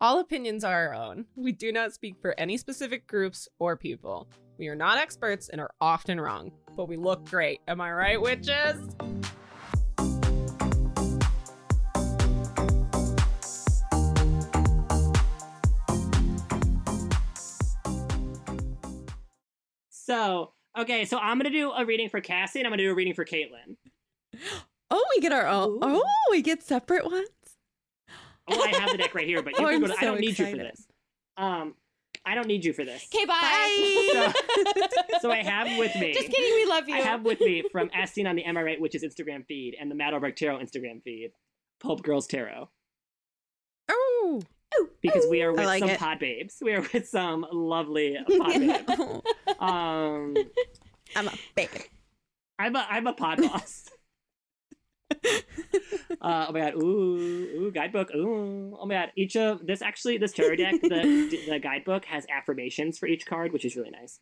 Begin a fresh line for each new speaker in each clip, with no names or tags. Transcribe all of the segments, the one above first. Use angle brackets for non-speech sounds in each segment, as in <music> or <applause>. All opinions are our own. We do not speak for any specific groups or people. We are not experts and are often wrong, but we look great. Am I right, witches?
So, okay, so I'm gonna do a reading for Cassie and I'm gonna do a reading for Caitlin.
Oh, we get our own.
Ooh.
Oh, we get separate ones.
Well, I have the deck right here,
<laughs>
but you
Oh,
can
I'm
go to, I
so
don't need you for
excited.
this. Um, I don't need you for this.
Okay,
Bye.
bye.
So I have with me.
Just kidding, we love you.
I
<laughs>
have with me from as seen on the MRA, which is Instagram feed, and the Madelberg Tarot Instagram feed, Pulp Girls Tarot.
Oh.
Because we are with
like
some
it.
pod babes. We are with some
<laughs>
lovely pod babes. Um,
I'm a baby.
I'm a I'm a pod
<laughs>
boss. uh, oh my god! Ooh, ooh, guidebook. Ooh, oh my god! Each of this actually this tarot deck,
<laughs>
the the guidebook has affirmations for each card, which is really nice.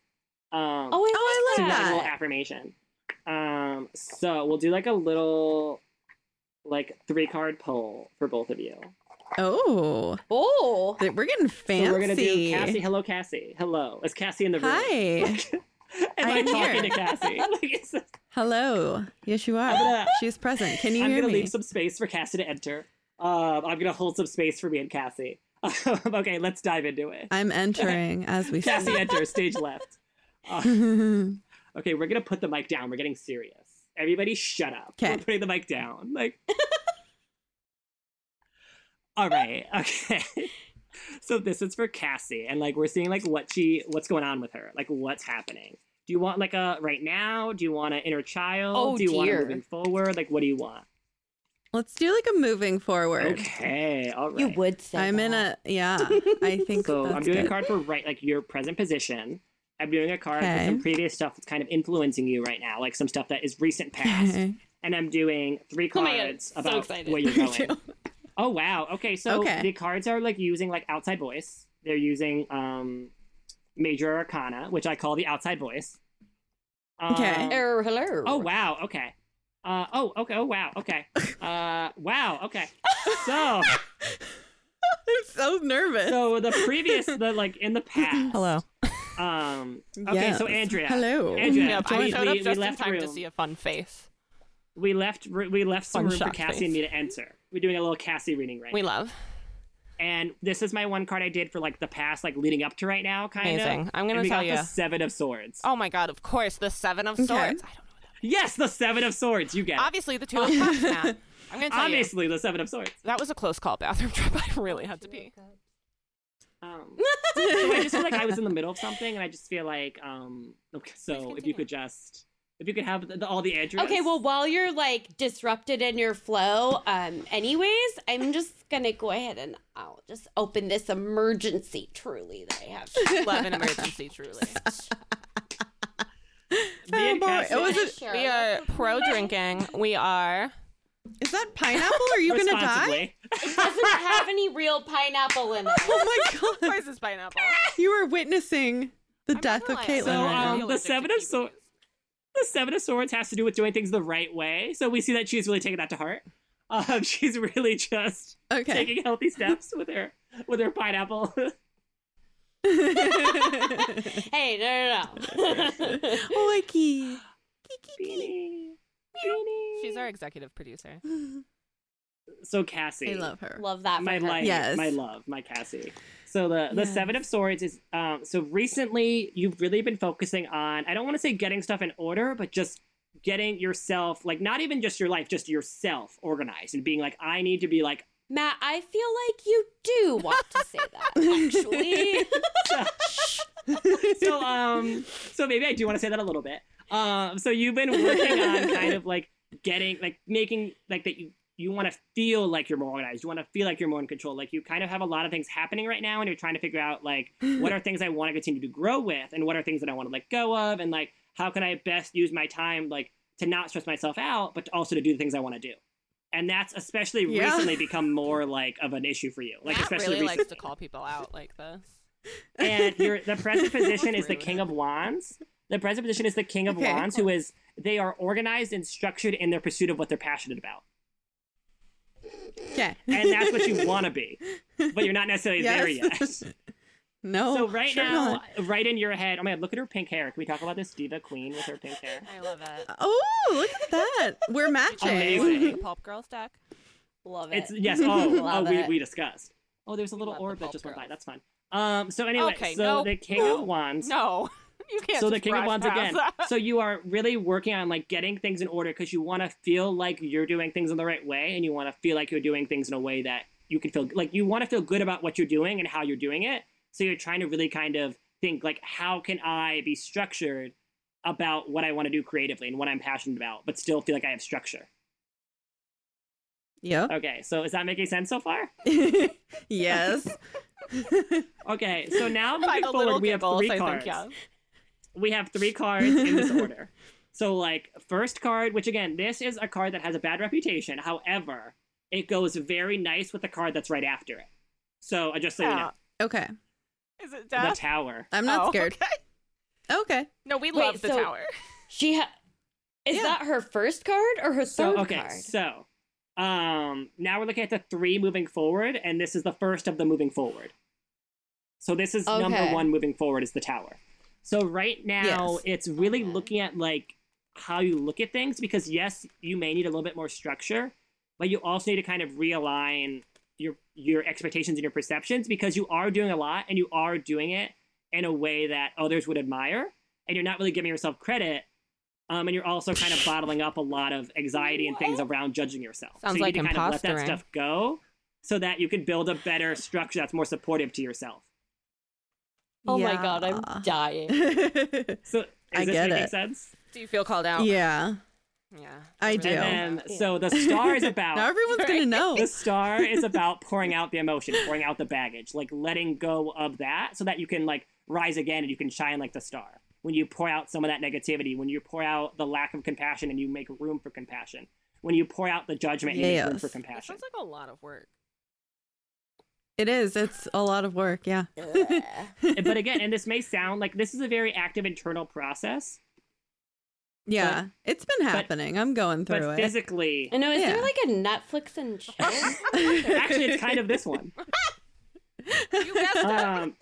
Um,
Oh, I,
Oh, I
so
love
you got a little
that.
affirmation. Um, so we'll do like a little, like three card poll for both of you.
Oh,
oh.
th- we're getting fancy.
So we're gonna do Cassie. Hello, Cassie. Hello, is Cassie in the room? <laughs>
Hi.
Am I
I'm
talking
here.
to Cassie? <laughs> Like,
<laughs>
is this-
Hello. Yes, you are.
I'm gonna-
she is present. Can you
I'm
hear
gonna
me?
leave some space for Cassie to enter. Um, I'm gonna hold some space for me and Cassie. <laughs> okay, let's dive into it.
I'm
<laughs>
entering as we
Cassie
speak.
enters stage left. Uh,
okay.
okay, we're gonna put the mic down. We're getting serious. Everybody, shut up.
'Kay.
We're putting the mic down.
<laughs>
Like, all right, okay. so this is for Cassie, and like we're seeing like what she, what's going on with her, like what's happening. Do you want like a right now? Do you want an inner child?
Oh,
do you want
dear.
a moving forward? Like, what do you want?
<laughs> Let's do like a moving forward.
Okay, all right.
You would say
I'm in
that.
a yeah.
<laughs>
I think
So
that's
I'm doing
good.
a
<laughs>
card for right, like your present position. I'm doing a card for
Okay.
some previous stuff that's kind of influencing you right now, like some stuff that is recent past.
<laughs> Okay.
and I'm doing three
Oh my God,
cards
so
about
<laughs>
excited.
where you're
Me
going. oh wow. Okay, so
Okay.
the cards are like using like outside voice. They're using um major arcana, which I call the outside voice. Um,
Okay.
Error, hello.
Oh wow. Okay. Uh, oh okay. Oh wow.
<laughs>
Okay. Uh, wow. Okay. So
I'm so nervous.
so the previous the like in the
<laughs>
past.
Hello.
Um. Okay. So
Yes.
Andrea.
Hello.
Andrea,
Yep,
please,
I showed
we,
up
we
just in
left
time
room.
to see a fun face.
We left. r- We left some
Fun
room for
shock
Cassie
face.
and me to enter. We're doing a little Cassie reading right
We
now.
love.
And this is my one card I did for like the past, like leading up to right now, kind
Amazing.
of.
I'm gonna
and we
tell
got
you.
the Seven of Swords.
Oh my god, of course, the Seven of Swords. I don't know.
Yes, the Seven of Swords. You get it.
Obviously, the Two of Cups, Matt. I'm going to tell you.
Obviously, the Seven of Swords.
That was a close call bathroom <laughs> trip. I really had to pee.
Um, so I just feel like I was in the middle of something, and I just feel like, um, okay, so if
continue.
you could just, if you could have the, the, all the address.
Okay, well, while you're like disrupted in your flow, um, anyways, I'm just gonna go ahead and I'll just open this emergency truly that I have.
Love an emergency, <laughs> truly.
Me and
Oh, boy.
Cassie-
It was a-
Sure.
We are pro drinking. We <laughs> are.
Is that pineapple? Are you gonna die?
responsibly.
It doesn't have any real pineapple in it.
<laughs> Oh
<laughs>
my god!
Where's this <laughs> pineapple?
You are witnessing the death of Caitlin.
So,
right
um,
now.
the Seven of Swords- The Seven of Swords has to do with doing things the right way, so we see that she's really taking that to heart. Um, <laughs> she's really just
Okay.
taking healthy steps with her with her pineapple. <laughs>
<laughs>
Hey, no, no, no. <laughs>
Oiky.
Beanie.
She's our executive producer.
so Cassie.
I love her.
Love that. for
my
her.
life,
Yes.
my love, my Cassie. So the the
Yes.
seven of swords is um. So recently, you've really been focusing on. I don't want to say getting stuff in order, but just getting yourself like not even just your life, just yourself organized and being like, I need to be like.
Matt, I feel like you do want to say that,
<laughs>
actually.
So um. so maybe I do want to say that a little bit. Um. So you've been working on kind of like getting like making like that you you want to feel like you're more organized. You want to feel like you're more in control. Like you kind of have a lot of things happening right now, and you're trying to figure out like what are things I want to continue to grow with, and what are things that I want to let go of, and like how can I best use my time like to not stress myself out, but also to do the things I want to do. And that's especially
Yeah.
recently become more like of an issue for you. Like
Matt
especially
really
recently
likes to call people out like this.
and your the present position is the
Rude.
king of wands. The present position is the king of
Okay.
wands, who is they are organized and structured in their pursuit of what they're passionate about.
Yeah.
and that's what you want to be, but you're not necessarily there yet.
Yes. no.
so right
sure
now,
not.
right in your head, oh my god, look at her pink hair. Can we talk about this diva queen with her pink hair?
I love it.
Oh, look at that. We're matching.
Amazing.
<laughs>
The Pulp Girls deck.
Love it.
It's yes. Oh, oh
<laughs> Love
we,
it.
we discussed. Oh, there's a little
Love the
orb that
Pulp
just went by.
Girls.
That's fine. Um. So anyway,
Okay,
so
nope.
the king
No.
of wands.
No, <laughs> you can't.
so the
just
king of
brush
wands
past
again <laughs>
that.
so you are really working on like getting things in order because you want to feel like you're doing things in the right way and you want to feel like you're doing things in a way that you can feel like you want to feel good about what you're doing and how you're doing it so you're trying to really kind of think like how can i be structured about what i want to do creatively and what i'm passionate about but still feel like i have structure
Yep.
okay so is that making sense so far
<laughs> yes.
okay
<laughs>
so now
By
moving
the
forward
little
we have
giggles,
three
I
cards
think, yeah.
we have three cards in this order. So, like, first card, which again, this is a card that has a bad reputation. However, it goes very nice with the card that's right after it. So, I just so you know,
okay.
Is it
the
death?
tower.
I'm not
Oh,
scared.
okay.
Okay.
No, we
Wait,
love the
so-
tower.
She ha- is
Yeah.
that her first card or her
So,
third
okay,
card?
so um, now we're looking at the three moving forward, and this is the first of the moving forward. So, this is number
Okay.
one moving forward is the tower. So, right now,
Yes.
it's really
Okay.
looking at like how you look at things because, yes, you may need a little bit more structure, but you also need to kind of realign your your expectations and your perceptions because you are doing a lot and you are doing it in a way that others would admire and you're not really giving yourself credit um, and you're also kind of bottling up a lot of anxiety and things around judging yourself so
Sounds
you
like
need to kind of let that
impostering.
stuff go so that you can build a better structure that's more supportive to yourself
Oh my
<laughs>
god, I'm
<laughs>
dying.
dying.
so is
I
this
get
making
it.
sense
Do you feel called out?
yeah.
Yeah.
I do.
and then Um, so the star is
<laughs>
about
Now everyone's
<laughs>
gonna know.
the star is about pouring out the emotion, pouring out the baggage, like letting go of that so that you can like rise again and you can shine like the star. When you pour out some of that negativity, when you pour out the lack of compassion and you make room for compassion, when you pour out the judgment and you make room
Yes.
for
That
compassion.
sounds like a lot of <laughs> work.
It is. It's a lot of work. Yeah.
Ugh.
but again, and this may sound like this is a very active internal process,
Yeah. it's been happening. I'm going through
but
it. <laughs>
physically,
I know. Is
Yeah.
there like a Netflix and chill?
actually, it's kind of this one.
You guessed it.
um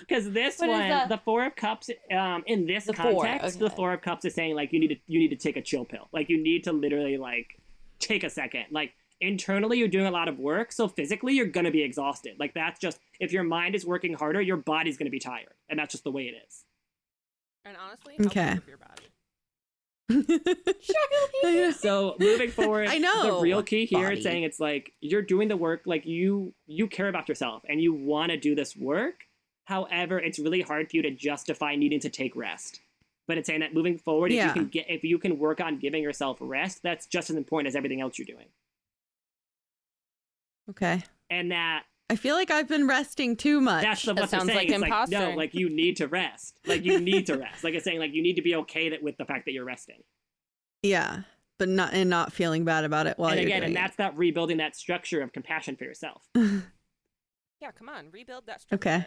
because this
What is
one
that?
the four of cups um in this
The four,
context the
okay.
four of cups is saying like you need to you need to take a chill pill like you need to literally like take a second like internally you're doing a lot of work so physically you're gonna be exhausted like that's just if your mind is working harder your body's gonna be tired and that's just the way it is
and honestly, helps
Okay.
with your body.
<laughs>
so moving forward
I
the
know.
real key here is
Body.
saying it's like you're doing the work like you you care about yourself and you want to do this work however it's really hard for you to justify needing to take rest but it's saying that moving forward if
Yeah.
you can get if you can work on giving yourself rest that's just as important as everything else you're doing
okay.
and that
I feel like I've been resting too much.
that's the,
That
what they're
sounds
saying.
like
it's like no
imposter.
like you need to rest like you need to rest like it's saying like you need to be okay that with the fact that you're resting
yeah. But not and not feeling bad about it while
and
you're
again and
doing
that's that rebuilding that structure of compassion for yourself
Yeah, come on, rebuild that.
Okay.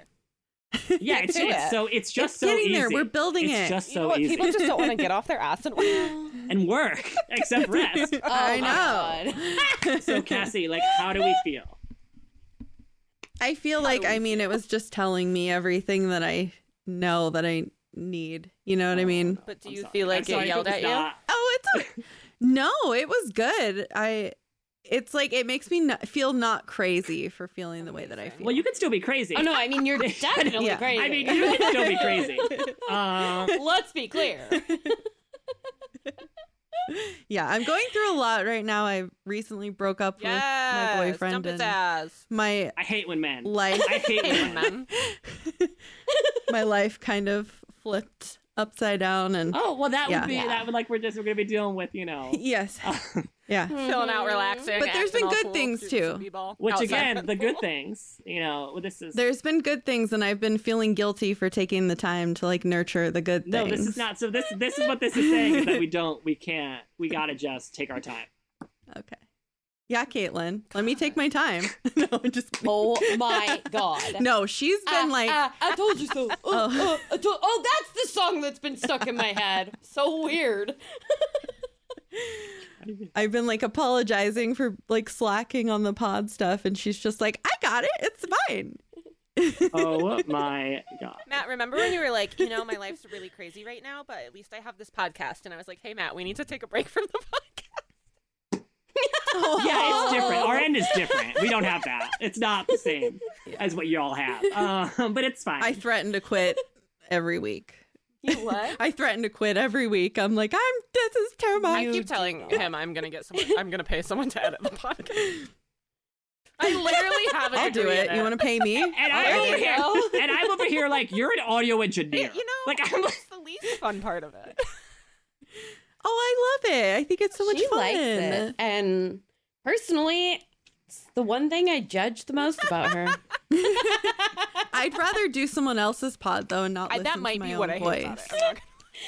structure.
<laughs>
yeah
Get
it's,
to
it's
it.
so it's
it.
just
it's
so
getting
easy
there. We're building
it's
it.
just
You
so
know what?
easy
People just don't want to get off their ass and <laughs>
and work
<laughs>
except rest. <laughs>
Oh
I
my
know. <laughs>
So Cassie, like, how do we feel?
I feel like I mean it
<laughs>
was just telling me everything that I know that I need. You know what I mean?
But do
I'm
you
sorry.
feel like
I'm
it
sorry if
yelled
was
at you?
not-
Oh, it's
<laughs>
a- no. It was good. I. It's like it makes me not, feel not crazy for feeling the way that I
Amazing.
feel.
Well, you can still be crazy.
Oh no, I mean you're definitely
Yeah.
crazy.
I
<laughs>
mean, you can
<laughs>
still be crazy. <laughs> Um,
let's be clear.
yeah, I'm going through a lot right now. I recently broke up
Yeah.
with my boyfriend
Dump his
and
ass.
my
I hate when men.
life.
<laughs> I hate when men.
Amen.
my life kind of flipped upside down, and
Oh well, that
Yeah.
would be
Yeah.
that would like we're just we're gonna be dealing with you
<laughs>
know. <laughs>
yes, yeah.
<laughs> Chilling
Mm-hmm.
out, relaxing.
But there's
acting
been
all
good
cool,
things,
shooting some
too.
b-ball
Mhm. Which
outside.
again, the good things, you know, this is
There's been good things, and I've been feeling guilty for taking the time to like nurture the good
no,
things.
this is not. So this this is what this is saying is that we don't, we can't, we gotta just take our
<laughs>
time.
Okay. Yeah, Caitlin, let me take my time. no, I'm <laughs> just kidding.
Oh my god.
No, she's been
Ah,
like,
ah, I told you so. Oh,
Oh.
oh, I told- oh, that's the song that's been stuck in my head. So weird.
I've been like apologizing for like slacking on the pod stuff, and she's just like, I got it. It's fine.
oh my god.
Matt, remember when you were like, you know, my life's really crazy right now, but at least I have this podcast. And I was like, hey, Matt, we need to take a break from the <laughs> podcast.
Yeah,
Oh.
it's different. Our end is different. We don't have that. It's not the same as what you all have. Um, but it's fine.
I threaten to quit every week.
You what?
I threaten to quit every week. I'm like, I'm this is terrible.
I keep telling him I'm gonna get someone. I'm gonna pay someone to edit the
<laughs>
podcast. I literally have a
I'll do
degree in
it. You want to pay me?
and I'm over here, and I'm over here like you're an audio engineer.
You know,
like I'm like,
it's the least fun part of it.
Oh, I love it. I think it's so much
she
fun.
likes it. And personally, it's the one thing I judge the most about her.
I'd rather do someone else's pod though and
<laughs>
not
I,
listen
that
to
might
my
be
own
what I hate
voice.
about it. I'm not gonna-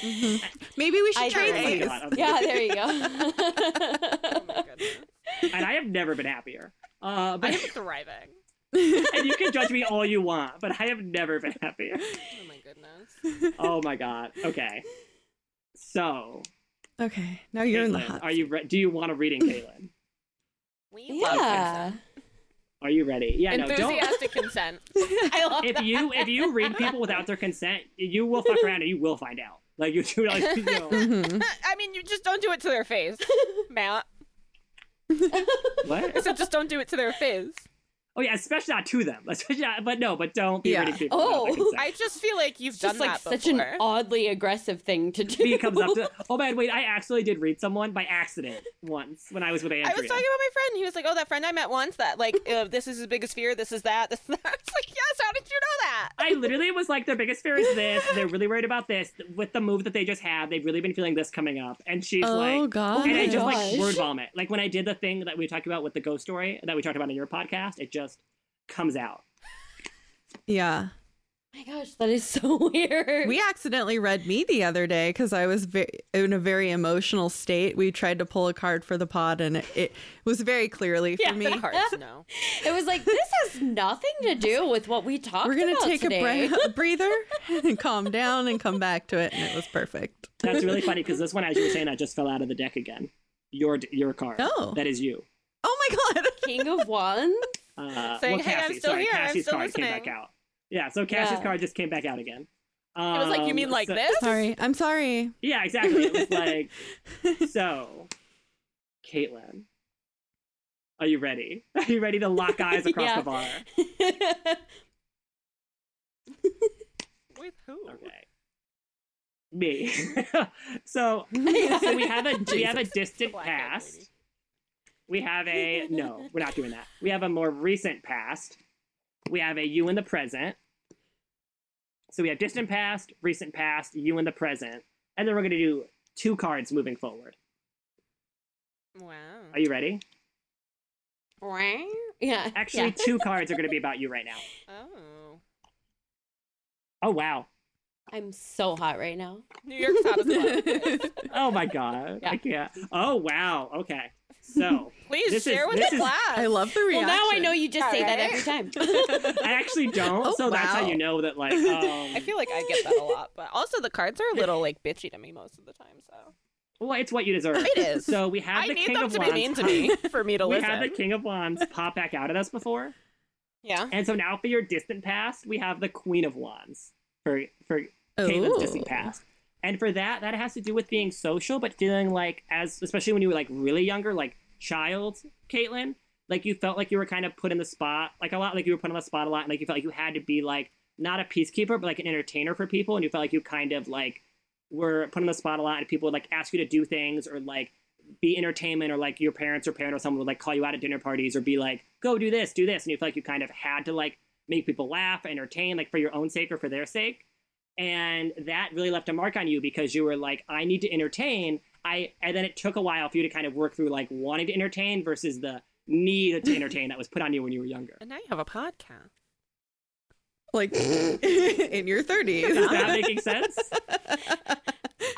Mhm. Maybe we should
I
trade
agree.
these.
God,
yeah, there you go.
<laughs> Oh
<laughs>
<laughs> my goodness.
and I have never been happier. Uh,
I
but
am thriving.
and you can judge me all you want, but I have never been happier.
Oh my goodness.
Oh my god. Okay. So
Okay, now you're in the
Caitlin,
hot.
Are you? Re- do you want a reading, Caitlin?
We
yeah.
Are you ready? Yeah. No.
love consent.
Don't.
Enthusiastic consent. <laughs>
I love
If you if you read people without their consent, you will fuck around and you will find out. Like you do. Like you know,
Mhm.
I mean, you just don't do it to their <laughs> face, Matt.
what?
So just don't do it to their face.
Oh yeah, especially not to them. <laughs> Especially not, but no, but don't be
Yeah.
reading people without their
Oh.
consent.
I <laughs> just feel like you've
It's
done
just like
that
such an
before.
oddly aggressive thing to do.
B comes up to, oh man, wait, I actually did read someone by accident once when I was with Andrea.
I was talking about my friend. He was like, "Oh, that friend I met once. That <laughs> like, uh, this is his biggest fear. This is that. This is <laughs> that." I was like, "Yes. How did you know that?"
I literally was like, their biggest fear is this. They're really worried about this. With the move that they just had, they've really been feeling this coming up. And she's
Oh
like,
god.
and I just
gosh.
like word vomit. Like when I did the thing that we talked about with the ghost story that we talked about in your podcast, it just comes out.
yeah.
<laughs> Oh my gosh, that is so weird.
We accidentally read me the other day because I was ve- in a very emotional state. We tried to pull a card for the pod, and it, it was very clearly for
Yeah,
me.
the cards no.
it was like this has nothing to do with what we talked
We're
about.
gonna take
today.
a breath, <laughs> breather, and calm down, and come back to it, and it was perfect.
That's really funny because this one, as you were saying, I just fell out of the deck again. Your your card.
Oh.
That is you.
Oh my god. <laughs>
King of Wands.
Uh,
Saying,
well,
"Hey, I'm
Cassie,
still
sorry,
here, I'm
Cassie's
still
card came
listening."
back out. Yeah, so Cassie's
Yeah.
card just came back out again. Um,
It was like, "You mean like
so-
this?"
Sorry. I'm sorry.
Yeah, exactly. It was like,
<laughs>
so, Caitlin, are you ready? <laughs> Are you ready to lock eyes across
<laughs>
Yeah.
the bar?
With who?
Okay. Me. <laughs> so, so we
<laughs>
have a we have a distant
Black eyed
past.
lady.
We have a no. We're not doing that. We have a more recent past. We have a you in the present. So we have distant past, recent past, you in the present, and then we're going to do two cards moving forward.
Wow.
Are you ready?
<laughs> yeah.
<laughs>
Actually,
yeah.
two cards are going to be about you right now.
Oh.
Oh wow.
I'm so hot right now.
New York's hottest <laughs> one.
Oh my god.
Yeah.
I can't. Oh wow. Okay. So
Please
This is-
share with
this
the
is-
class.
<laughs> I love the
Well,
reaction.
now I know you just say that
Alright.
every time.
<laughs>
I actually don't.
Oh,
so that's how
wow.
you know that like. Um,
I feel like I get that a lot, but also the cards are a little like bitchy to me most of the time. So
well, it's what you deserve.
it is.
So we have
I
the
need
king
them
of
to
wands.
be mean to me <laughs> for me to
we
listen.
had the King of Wands pop back out at us before.
yeah.
And so now for your distant past, we have the Queen of Wands for for Caitlin's
Oh.
distant past. And for that, that has to do with being social, but feeling like as especially when you were like really younger, like child Caitlin, like you felt like you were kind of put in the spot like a lot, like you were put on the spot a lot, and like you felt like you had to be like not a peacekeeper, but like an entertainer for people, and you felt like you kind of like were put on the spot a lot, and people would like ask you to do things or like be entertainment or like your parents or parent or someone would like call you out at dinner parties or be like go do this do this and you feel like you kind of had to like make people laugh entertain like for your own sake or for their sake and that really left a mark on you because you were like i need to entertain i and then it took a while for you to kind of work through like wanting to entertain versus the need to entertain that was put on you when you were younger
And now you have a podcast.
like <laughs> in your
<laughs>
30s.
is that making sense
<laughs> I have to.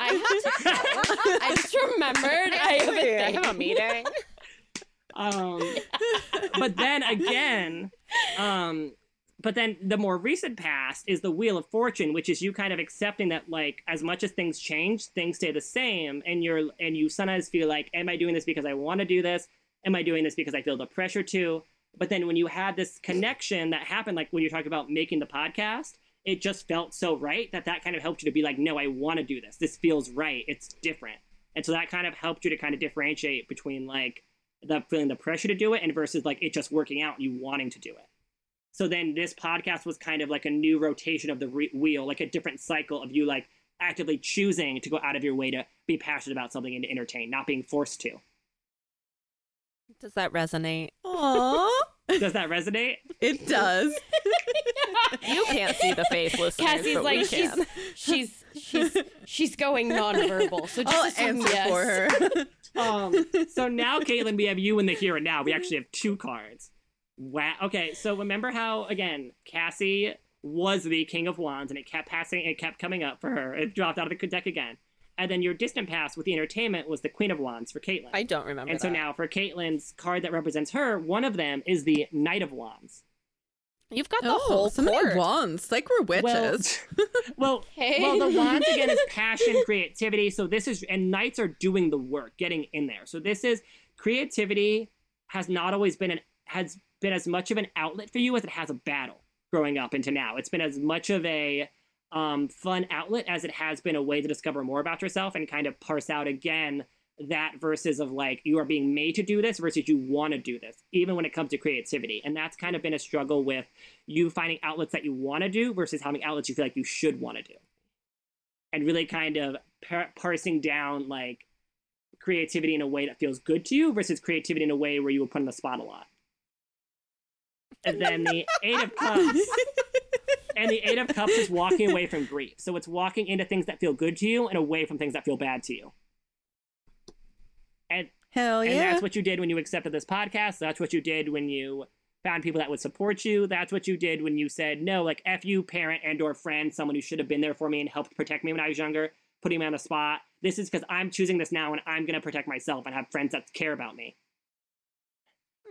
<laughs> I just remembered. I have
<laughs>
a
I
thing.
have a
<laughs>
meeting.
Um, but then again, um, but then the more recent past is the wheel of fortune which is you kind of accepting that like as much as things change things stay the same and you're and you sometimes feel like am i doing this because i want to do this am i doing this because i feel the pressure to but then when you had this connection that happened like when you're talking about making the podcast it just felt so right that that kind of helped you to be like no i want to do this this feels right it's different and so that kind of helped you to kind of differentiate between like the feeling the pressure to do it and versus like it just working out and you wanting to do it so then this podcast was kind of like a new rotation of the re- wheel, like a different cycle of you like actively choosing to go out of your way to be passionate about something and to entertain, not being forced to.
<laughs> Does that resonate?
Aww.
Does that resonate?
it <laughs> does.
You can't see the face, <laughs> listeners.
Cassie's
but
like
we
she's
can.
she's she's she's going nonverbal. So just
I'll
assume
answer
yes.
for <laughs> her.
Um, so now, Caitlin, we have you in the here and now. We actually have two cards. Wow. Okay. So remember how again Cassie was the King of Wands, and it kept passing. It kept coming up for her. It dropped out of the deck again. And then your distant past with the entertainment was the Queen of Wands for Caitlin.
<laughs> I don't remember.
And so
that.
now for Caitlyn's card that represents her, one of them is the Knight of Wands.
you've got the
Oh,
whole
so many
court.
wands. Like we're
Well-
witches.
<laughs> Well,
Okay.
well, the wands again is passion, creativity. So this is, and knights are doing the work, getting in there. So this is creativity has not always been an has been as much of an outlet for you as it has a battle growing up into now. It's been as much of a um, fun outlet as it has been a way to discover more about yourself and kind of parse out again that versus of like you are being made to do this versus you want to do this even when it comes to creativity and that's kind of been a struggle with you finding outlets that you want to do versus having outlets you feel like you should want to do and really kind of par- parsing down like creativity in a way that feels good to you versus creativity in a way where you were put on the spot a lot and then the eight of cups and the eight of cups is walking away from grief so it's walking into things that feel good to you and away from things that feel bad to you and
Hell
and
yeah.
that's what you did when you accepted this podcast. That's what you did when you found people that would support you. That's what you did when you said, no, like F you, parent and or friend, someone who should have been there for me and helped protect me when I was younger, putting me on the spot. This is because I'm choosing this now and I'm gonna protect myself and have friends that care about me.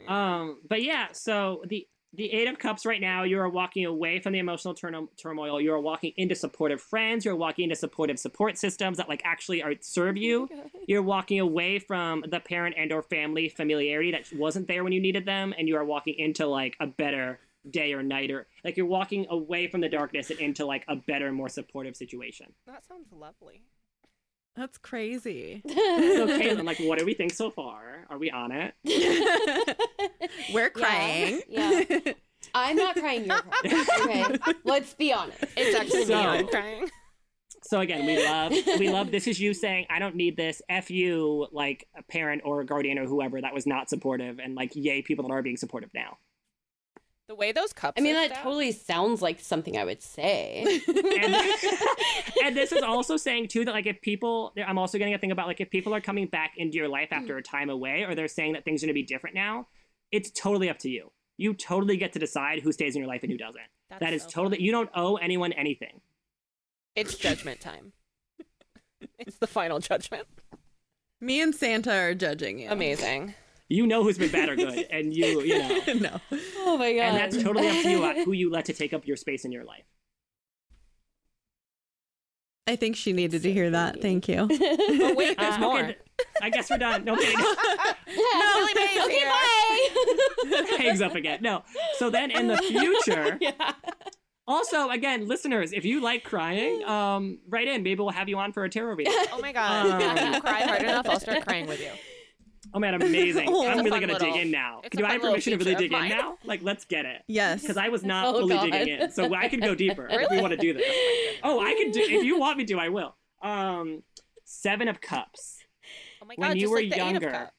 Um, but yeah, so the the Eight of Cups right now, you are walking away from the emotional turno- turmoil. You are walking into supportive friends. You're walking into supportive support systems that like actually are serve you. You're walking away from the parent and or family familiarity that wasn't there when you needed them, and you are walking into like a better day or night or like you're walking away from the darkness and into like a better, more supportive situation.
That sounds lovely.
That's crazy.
So
<laughs>
Caitlin, like, what do we think so far? Are we on it?
<laughs>
We're crying.
Yeah. I'm not crying. You're crying.
<laughs>
Okay. Let's be honest.
It's actually
So-
me. I'm crying.
So again, we love we love this is you saying I don't need this. F you, like a parent or a guardian or whoever that was not supportive, and like yay, people that are being supportive now.
The way those cups.
I mean,
are
that
stacked-
totally sounds like something I would say. <laughs>
And, and this is also saying too that like if people, I'm also getting a thing about like if people are coming back into your life after a time away, or they're saying that things are going to be different now, it's totally up to you. You totally get to decide who stays in your life and who doesn't.
That's
That is
so
totally you don't owe anyone anything.
It's judgment <laughs> time. it's the final judgment.
<laughs> Me and Santa are judging you.
Amazing.
You know who's been bad or
<laughs>
good, and you you know.
<laughs> no.
oh my god.
And that's totally
<laughs>
up to
<laughs>
you uh, who you let to take up your space in your life.
I think she needed to hear that. Thank you. <laughs>
Oh
<laughs>
wait, there's
Uh,
more.
okay, th- I guess we're done. No
<laughs>
kidding. <laughs>
Billy Mays
okay,
here.
bye.
Hangs up again. No. So then in the
<laughs>
future,
<laughs> yeah.
also again, listeners, if you like crying, um, write in. Maybe we'll have you on for a tarot reading.
Oh my god.
Um,
if you cry hard enough, I'll start crying <laughs> with you.
Oh man, amazing.
Oh,
<laughs>
I'm
it's a
really
fun
gonna dig
little-
in now.
it's a
Do I
fun
have
little
permission to really
feature
dig
of
in
mine.
now? Like, let's get it.
Yes.
Because I was not
Oh,
fully
God.
digging in, so I could go deeper if we
<laughs> Really?
want to do this. Oh, I can do. If you want me to, I will. Um, Seven of Cups.
Oh my god.
When you
just
were
like the Eight
younger,
of cups.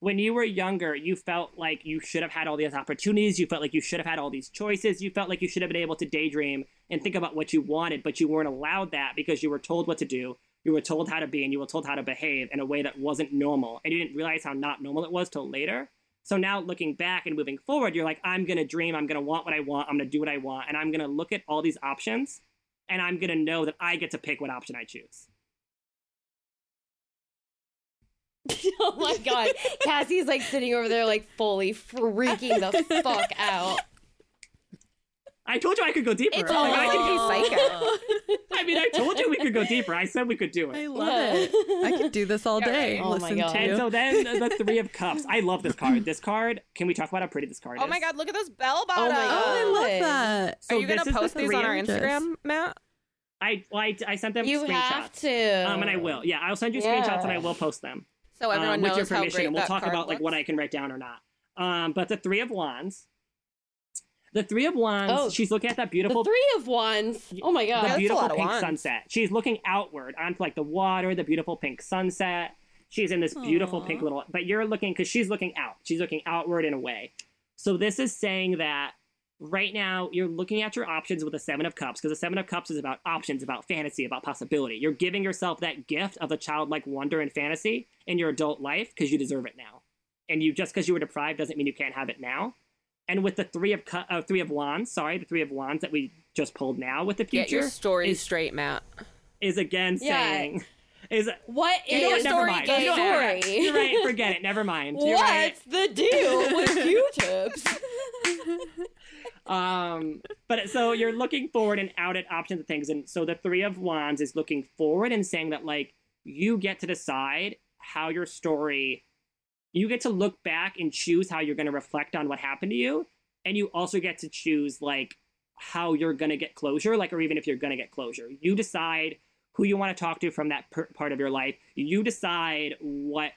when you were younger, you felt like you should have had all these opportunities. You felt like you should have had all these choices. You felt like you should have been able to daydream and think about what you wanted, but you weren't allowed that because you were told what to do. You were told how to be and you were told how to behave in a way that wasn't normal. And you didn't realize how not normal it was till later. So now looking back and moving forward, you're like, I'm going to dream. I'm going to want what I want. I'm going to do what I want. And I'm going to look at all these options and I'm going to know that I get to pick what option I choose.
Oh my god. Cassie's like sitting over there, like fully freaking the fuck out.
I told you I could go deeper.
It's
Like, I,
all-
could- <laughs>
psycho.
I mean, I told you we could go deeper. I said we could do
I
it.
love it. I could do this all
Yeah,
day.
right.
Oh my
Listen
God.
to
And
you.
so then the Three
<laughs>
of Cups. I love this card. This card. Can we talk about how pretty this card
Oh
is?
my god, look at those bell bottoms.
oh, I love
Ellen.
that.
<laughs> So
Are you
this
gonna
is the
post these
three
on our
images.
Instagram, Matt?
I, well, I I sent them
you
screenshots.
have to.
Um, and I will. Yeah, I'll send you
Yeah.
screenshots and I will post them.
So everyone
um, with
knows
your
how
permission,
great
and we'll
that
talk
card
about like what I
looks.
can write down or not. Um, but the Three of Wands. The Three of Wands.
Oh.
she's looking at that
The
beautiful
three of wands. Oh my
the
that's a
god.
beautiful
lot of
pink
wands.
sunset. She's looking outward onto like the water, the beautiful pink sunset. She's in this beautiful pink
Aw.
little, but you're looking because she's looking out. She's looking outward in a way. So this is saying that right now you're looking at your options with the Seven of Cups because the Seven of Cups is about options, about fantasy, about possibility. You're giving yourself that gift of the childlike wonder and fantasy in your adult life because you deserve it now. And you just because you were deprived doesn't mean you can't have it now. And with the three of cu- uh, three of wands, sorry, the three of wands that we just pulled now with the future
Get your story
is-
straight, Matt.
is again
Yeah.
saying is
What
You
is
know
what,
what,
never
story
mind.
gave-
You know what?
story?
<laughs>
You're right, forget it. Never mind. You're right.
What's the deal with you tips?
Um, but so you're looking forward and out at options and things, and so the three of wands is looking forward and saying that like you get to decide how your story, you get to look back and choose how you're going to reflect on what happened to you, and you also get to choose like how you're going to get closure, like or even if you're going to get closure, you decide who you want to talk to from that per- part of your life. You decide what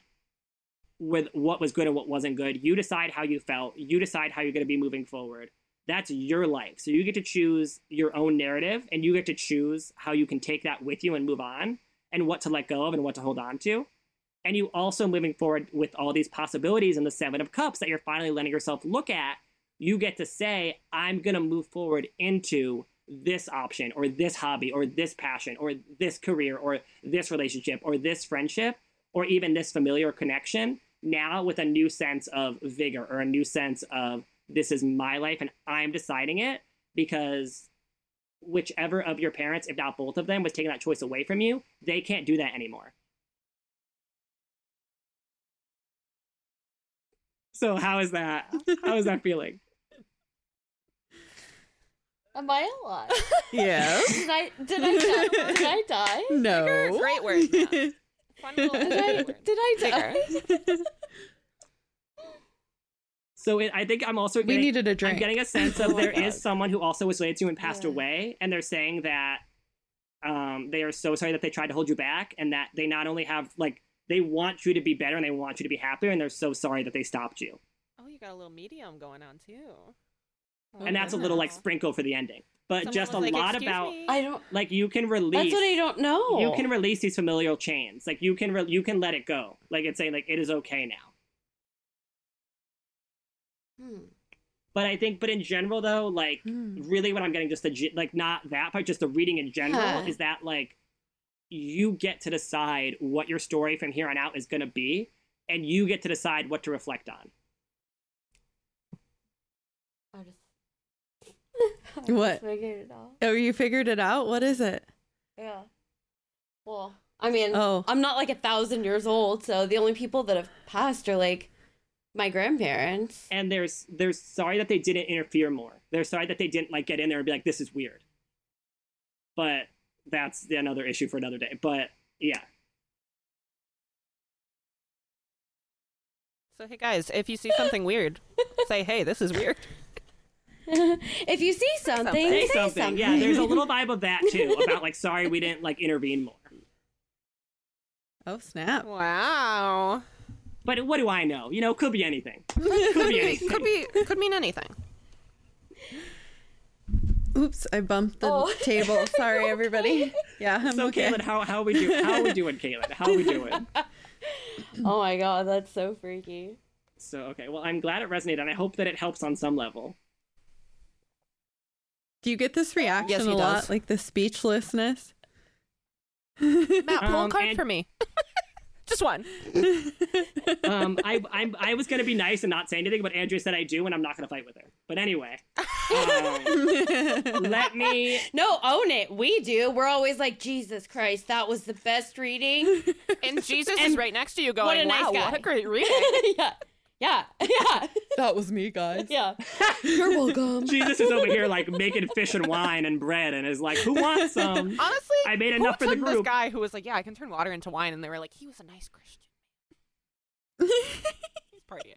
with what was good and what wasn't good. You decide how you felt. You decide how you're going to be moving forward. That's your life. So you get to choose your own narrative and you get to choose how you can take that with you and move on and what to let go of and what to hold on to. And you also moving forward with all these possibilities in the 7 of cups that you're finally letting yourself look at, you get to say I'm going to move forward into this option or this hobby or this passion or this career or this relationship or this friendship or even this familiar connection now with a new sense of vigor or a new sense of this is my life and I'm deciding it because whichever of your parents, if not both of them, was taking that choice away from you, they can't do that anymore. So how is that? How is that
<laughs>
feeling?
Am I alive?
Yes.
Did I did I die? Did I die?
no.
Great word, Matt. <laughs> Fun
<laughs>
little
Did I,
word.
did I die?
Figure.
So it, I think I'm also
<laughs> we
getting,
needed a
I'm
drink.
getting a sense of
<laughs> Oh my
there
God.
is someone who also was related to you and passed
Yeah.
away, and they're saying that um, they are so sorry that they tried to hold you back, and that they not only have like they want you to be better and they want you to be happier, and they're so sorry that they stopped you.
Oh, you got a little medium going on too.
and that's a little like
Oh, Wow.
sprinkle for the ending, but
Someone
just a
was like,
lot
"Excuse
about
me?"
I don't.
like you can
That's
release.
what I don't know.
you can release these familial chains. Like you can re- you can let it go. Like it's saying like it is okay now.
Hmm.
But I think, but in general though, like
Hmm.
really what I'm getting just the ge- like not that part, just the reading in general
Yeah.
is that like you get to decide what your story from here on out is going to be, and you get to decide what to reflect on.
I <laughs> just- I
What?
just Figured it out.
Oh, you figured it out? What is it?
Yeah. Well, I mean,
Oh.
I'm not like a thousand years old, so the only people that have passed are like my grandparents. <laughs>
And there's they're sorry that they didn't interfere more. They're sorry that they didn't like get in there and be like, this is weird. But that's another issue for another day. But yeah,
So hey guys, if you see something
<laughs>
weird, say hey, this is weird.
if you see something,
something.
say,
say something. Yeah, there's a <laughs> little vibe of that too about like sorry we didn't like intervene more.
Oh, snap.
Wow.
But what do I know? You know, could be anything.
Could
be
be
<laughs> anything.
could be could mean anything.
Oops, I bumped the
Oh.
<laughs>
table. Sorry, everybody. Yeah, I'm
So,
okay.
Caitlin, how how we do how we doing, Caitlin? How we doing?
<laughs> oh my god, that's so freaky.
<laughs> So, okay. Well, I'm glad it resonated, and I hope that it helps on some level.
Do you get this reaction
Yes, he
a lot?
does.
Like the speechlessness? <laughs>
Matt, pull
Um,
a card
and-
for me. <laughs> Just one.
Um, I I'm, I was gonna be nice and not say anything, but Andrea said I do, and I'm not gonna fight with her. But <laughs> anyway, um, let me.
No, own it. We do. We're always like, Jesus Christ, that was the best reading.
<laughs>
<laughs>
And Jesus is
And
right next to you
what a
going,
nice
wow,
guy."
<laughs>
what a great reading.
yeah. Yeah. <laughs> Yeah.
That was me, guys.
Yeah.
<laughs>
You're welcome.
<laughs> Jesus is over here like making fish and wine and bread and is like, who
<laughs>
wants some?
Honestly,
I made
who
enough for the
took this
group.
guy who was like, "Yeah, I can turn water into wine," and they were like, "He was a nice Christian." He's partying.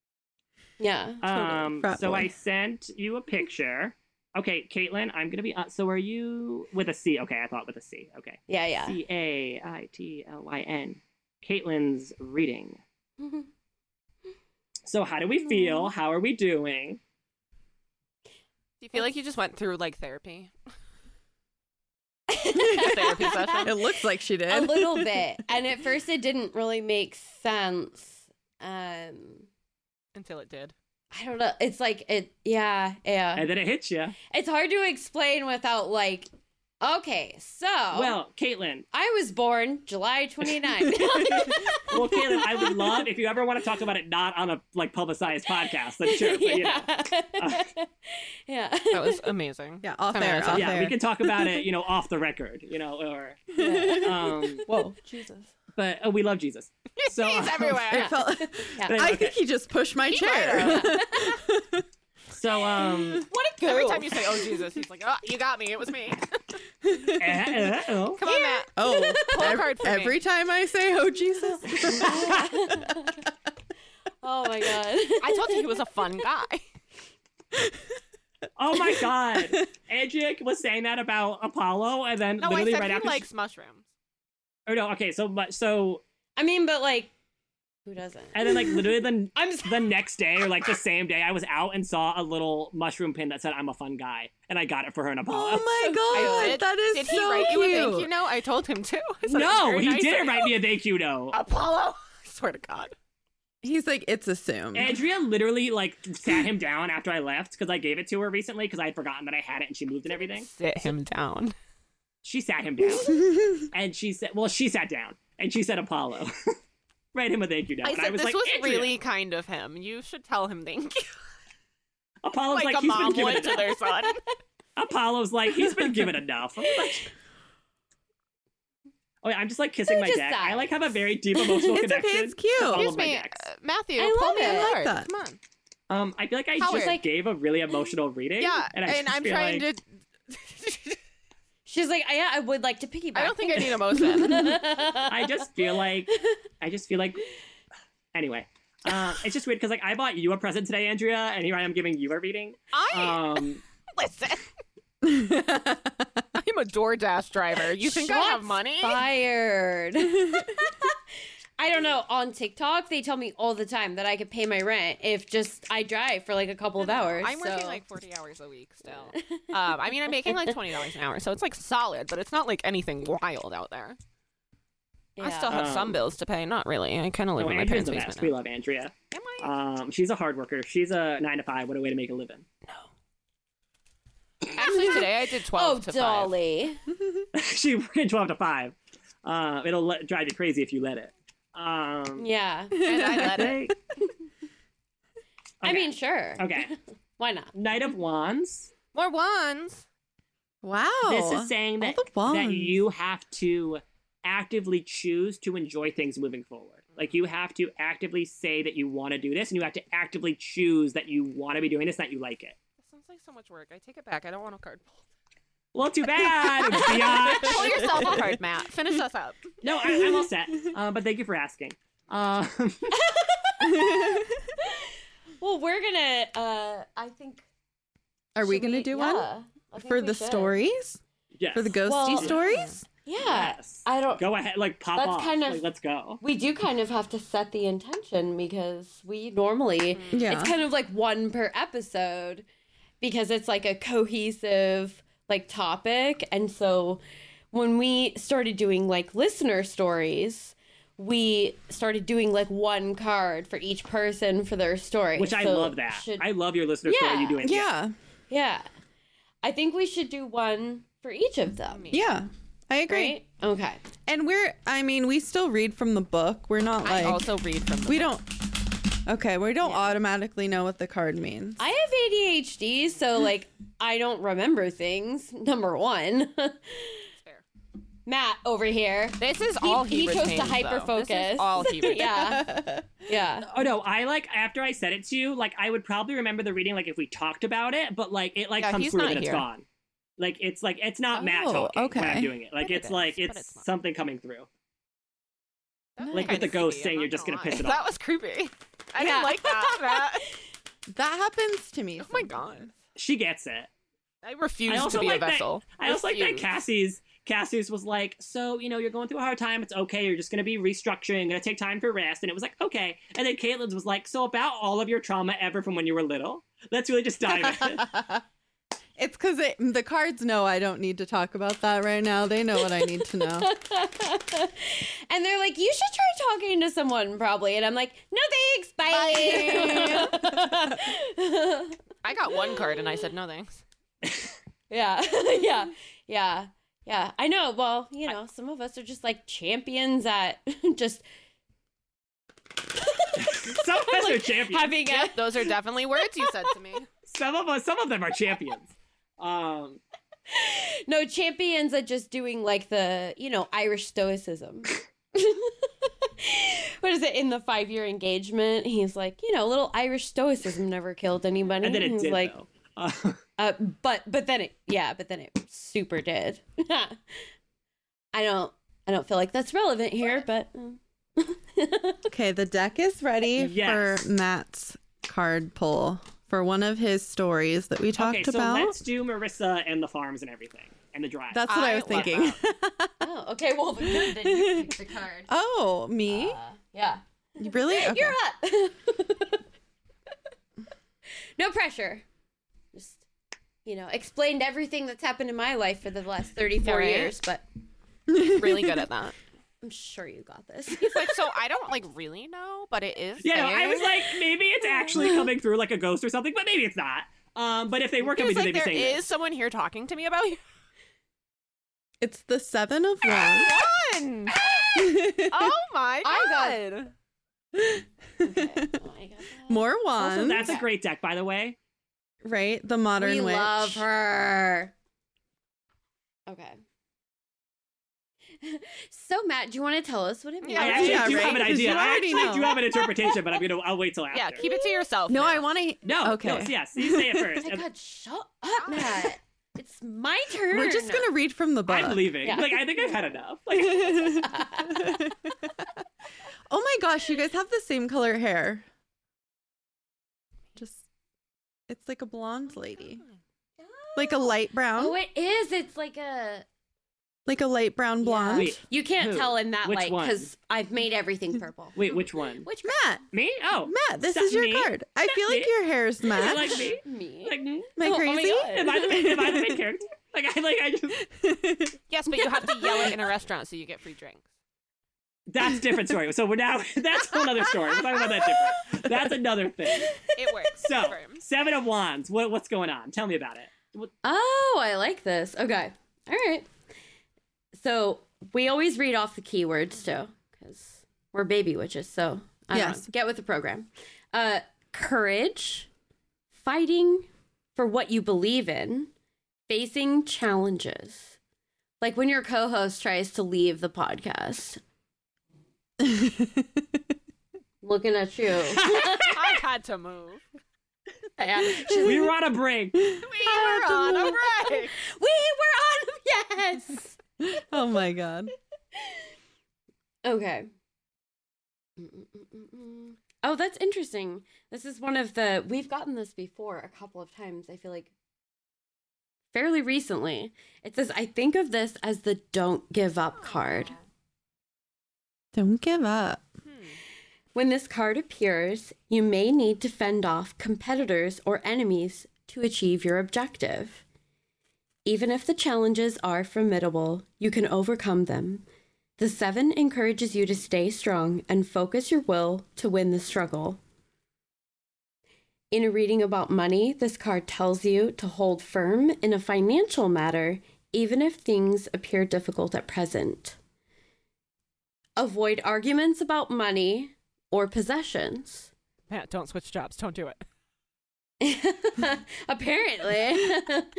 <laughs>
Yeah. totally.
Um,
Frat
so
boy.
I sent you a picture. Okay, Caitlin, I'm gonna be. Uh, so are you with a C? Okay, I thought with a C. Okay,
Yeah. Yeah.
C A I T L Y N. Caitlin's reading.
<laughs>
So how do we feel? How are we doing?
Do you feel like you just went through like therapy?
therapy
session?
It looks like she did.
a
<laughs>
little bit and at first it didn't really make sense um
Until it did.
i don't know it's like it yeah yeah
And then it hits you.
it's hard to explain without like okay so
Well, Caitlin.
i was born
<laughs>
july 29
Well, Caitlin, I would love if you ever want to talk about it not on a like publicized podcast. Then sure, but
<laughs>
you know. <laughs>
yeah
That <laughs> was amazing.
<laughs> Yeah, off
Come
air,
here,
off
yeah,
air.
we can talk about it, you know, off the record, you know, or um,
Whoa, Jesus!
but oh, we love Jesus. So
He's
um,
everywhere. <laughs>
It felt.
Yeah.
I
Okay.
think he just pushed my chair.
might
So
<laughs>
um,
What a Every time you say, <laughs> "Oh Jesus," he's like, "Oh, you got me. It was <laughs> me."
eh, eh, oh.
Come on, Matt.
oh,
Pull a
ev-
card for me.
every time I say,
<laughs>
"Oh Jesus,"
oh
<laughs>
my god
I told you he was a fun guy.
Oh my God, Edric was saying that about Apollo, and then
No, I
literally
said
right
he
after,
likes mushrooms.
or no, okay, so but so
i mean but like who doesn't
and then like literally
<laughs>
the
i'm sorry
the next day or like the same day, I was out and saw a little mushroom pin that said "I'm a fun guy," and I got it for her in Apollo.
oh my God,
did-
that is
Did he
so
write you
cute.
a thank you note? I told him to. <laughs> I said, "It's
no,
very
he
nice of
didn't
you."
write me a thank you note.
Apollo. <laughs> I swear to God.
He's like, it's assumed. <laughs>
Andrea literally like sat him down after I left because I gave it to her recently because I had forgotten that I had it and she moved and everything.
Sit him down.
She sat him down and she said, "Well, she sat down and she said Apollo." <laughs> Write him a thank you note.
I
and
said
I was
this
like,
was
"Andrea."
really kind of him. You should tell him thank you.
Apollo's
Like,
like,
a
he's been
mom
given
would to
enough.
their son.
<laughs> Apollo's like he's
<laughs>
been given enough. I'm like- oh yeah, I'm just like kissing
Who
my deck. I
decides?
like have a very deep
<laughs>
emotional
it's okay,
connection.
it's cute.
Follow
Excuse
my
me,
decks.
uh, Matthew.
I
pull
love
me a
it. I
like
card.
that.
Come on.
Um, I feel like I
Howard.
just gave a really emotional reading.
Yeah, and,
I just
I'm
feel
trying
like-
to.
she's like yeah i would like to piggyback
I don't think I need emotion.
I just feel like I just feel like anyway. Uh, it's just weird because like I bought you a present today, Andrea, and here I am giving you a reading.
I
Um,
listen. I'm a DoorDash driver. You think I have
Shots
money?
Fired. <laughs> I don't know. On TikTok, they tell me all the time that I could pay my rent if just I drive for like a couple of hours.
I'm working
so-
like 40 hours a week
<laughs>
still. um, I mean, I'm making like $20 an hour, so it's like solid, but it's not like anything wild out there. I
Yeah.
still have some
Um,
bills to pay. Not really. I kind of live
no,
in my
Andrea's
parents'
the
basement.
best. We love Andrea.
now. Am I?
Um, she's a hard worker. She's a nine to five. What a way to make a living. <laughs>
Actually, today I did 12
Oh,
to 5.
<laughs> Dolly.
she went twelve to five. Uh, it'll let, drive you crazy if you let it. Um,
Yeah.
And I
<laughs>
let it.
they-
I
Okay.
mean, sure.
okay,
Why not?
Knight of Wands.
More ones.
wow.
This
<laughs>
is saying that
Oh, all the
that
wands.
you have to actively choose to enjoy things moving forward. Like you have to actively say that you want to do this, and you have to actively choose that you want to be doing this, and that you like it.
That sounds like so much work. I take it back. I don't want a card.
Well, too
<laughs>
bad.
<laughs>
biatch.
Pull yourself a card, Matt. Finish us up.
No, I, I'm all
<laughs>
set. Uh, but thank you for asking. Um, <laughs>
Well, we're gonna. Uh, I think.
Are we
should
gonna do one
Yeah, I think
for
we
the
should.
stories?
yes.
For the ghosty
Well-
stories?
Yeah.
Yes.
I don't.
Go ahead, like pop
That's
off.
kind of-
Like, let's go.
We do kind of have to set the intention because we normally
Yeah.
it's kind of like one per episode because it's like a cohesive like topic and so when we started doing like listener stories we started doing like one card for each person for their story
Which I
So
love that.
should-
I love your listener story.
Yeah.
You doing?
yeah.
yeah i think we should do one for each of them
Yeah. I agree.
right okay
And we're I mean, we still read from the book. We're not
I
like
also read from the
we don't Okay, we don't automatically know what the card means.
i have adhd <laughs> so like i don't remember things number one
fair.
Matt over here.
This is
He-
all
he
he,
chose to
retains, though. This
hyper-focus.
is all
<laughs>
he retains.
Yeah, yeah.
Oh no, I like after I said it to you, like I would probably remember the reading like if we talked about it, but like it like
Yeah,
comes
he's
through
not
and it's
here.
gone. Like it's like it's not Matt
Oh,
talking when
okay.
I'm doing it. Like
But it
it's
is,
like
but
it's,
it's not.
something coming through.
That was
Like with
kinda
the ghost
creepy,
saying
I'm
you're
not
just gonna piss it
lie. That
off.
was creepy. I
Yeah.
didn't like that, Matt.
<laughs>
<laughs>
That happens to me.
Oh my
sometimes.
She gets it.
I refuse
I
to
also
be
like
a
that-
vessel.
I also like that
Refuse.
Cassie's Cassie's was like, so you know you're going through a hard time. It's okay. You're just gonna be restructuring. Gonna take time for rest. And it was like okay. And then Caitlin's was like, so about all of your trauma ever from when you were little. Let's really just dive
<laughs>
in.
it's because it, the cards know I don't need to talk about that right now. They know what I need to
<laughs>
know.
and they're like, you should try talking to someone, probably. And I'm like, no thanks, bye.
I got one card and I said no thanks.
<laughs> yeah, <laughs> yeah, yeah, yeah. I know. Well, you know, some of us are just like champions at <laughs> just
Some of us are champions.
having a.
<laughs> Those are definitely words you said to me.
<laughs> Some of us. Some of them are champions. Um,
No, champions are just doing like the, you know, Irish
<laughs>
stoicism. what is it? In the five year engagement, he's like, you know, little Irish stoicism never killed anybody.
and then it
he's
did
like,
though. Uh,
uh, but but then it, yeah, but then it super did. <laughs> I don't, I don't feel like that's relevant here, but mm.
Okay, the deck is ready
Yes.
for Matt's card pull for one of his stories that we <laughs> talked
okay, so
about.
let's do Marissa and the farms and everything and the drive.
That's what I,
I
was
love
thinking.
oh, okay. Well, then then you pick the card.
<laughs> oh, me?
Uh, yeah,
really? Okay.
you're up. <laughs> no pressure. Just you know, explained everything that's happened in my life for the last thirty four
Alright.
years, but
Really good at that.
I'm sure you got this. <laughs>
It's like so I don't like really know, but it is.
yeah, no, I
there.
was like, maybe it's
<laughs>
actually coming through like a ghost or something, but maybe it's not. Um, but if they were
He
coming
was
through,
like,
they'd be
there
saying it.
is someone here talking to me about you. <laughs>
It's the seven of wands.
One. oh my god!
I
<laughs>
Oh
More
Also,
wands,
that's a great deck, by the way.
right? The modern
we
witch.
love her. Okay. <laughs> So Matt, do you want to tell us what it means?
Yeah,
I
right.
actually
Yeah,
do
right,
have an
'cause
idea.
you
I
already
actually
know.
do
<laughs>
have an interpretation, but I'm gonna. I'll wait till after.
yeah, keep it to yourself.
No,
now.
I want to.
No.
Okay.
No, yeah. See, say
<laughs>
it first.
Oh my god, shut up, Matt. It's my turn.
We're just gonna <laughs> read from the book.
I'm leaving.
Yeah.
Like I think I've had enough. Like
<laughs> Oh my gosh, you guys have the same color hair. Just, it's like a blonde lady, like uh-huh. a light brown,
Oh, it is. It's like a.
like a light brown blonde.
wait,
You can't
Who?
tell in that
Which
light
one?
because I've made
<laughs>
everything purple.
wait, which one?
Which
Matt,
Me? Oh,
Matt, this
Stop
is your
me.
card. I feel like
me.
your hair is
Is it
Matt.
like me?
<laughs> me?
Like, <laughs> mm,
Am I
Oh, oh my
crazy?
God.
am I the main, am I the main character? Like I like I just
Yes, but you have to yell it
<laughs>
in a restaurant so you get free drinks.
That's a different story. So we're now <laughs> that's a whole other story. We're talking about that different. That's another thing.
It works.
<laughs> So
Confirmed.
seven of wands. What what's going on? Tell me about it.
<laughs>
What-
Oh, I like this. Okay. All right. So we always read off the keywords too, because we're baby witches. So I don't know.
Yes.
get with the program. Uh, courage, fighting for what you believe in, facing challenges. Like when your co host tries to leave the podcast. Looking at <laughs> you.
I had to
<laughs>
move.
Yeah. She's like,
We were on a break.
We were on a break.
we were on, <laughs> yes.
<laughs> oh my god.
Okay. Mm-mm-mm-mm-mm. Oh, that's interesting. This is one of the we've gotten this before a couple of times. I feel like fairly recently. It says, "I think of this as the don't give up card."
Don't give up.
When this card appears, you may need to fend off competitors or enemies to achieve your objective. Even if the challenges are formidable, you can overcome them. The seven encourages you to stay strong and focus your will to win the struggle. In a reading about money, this card tells you to hold firm in a financial matter, even if things appear difficult at present. Avoid arguments about money or possessions.
<laughs> Matt, don't switch jobs. Don't
<laughs>
do it.
<laughs> Apparently.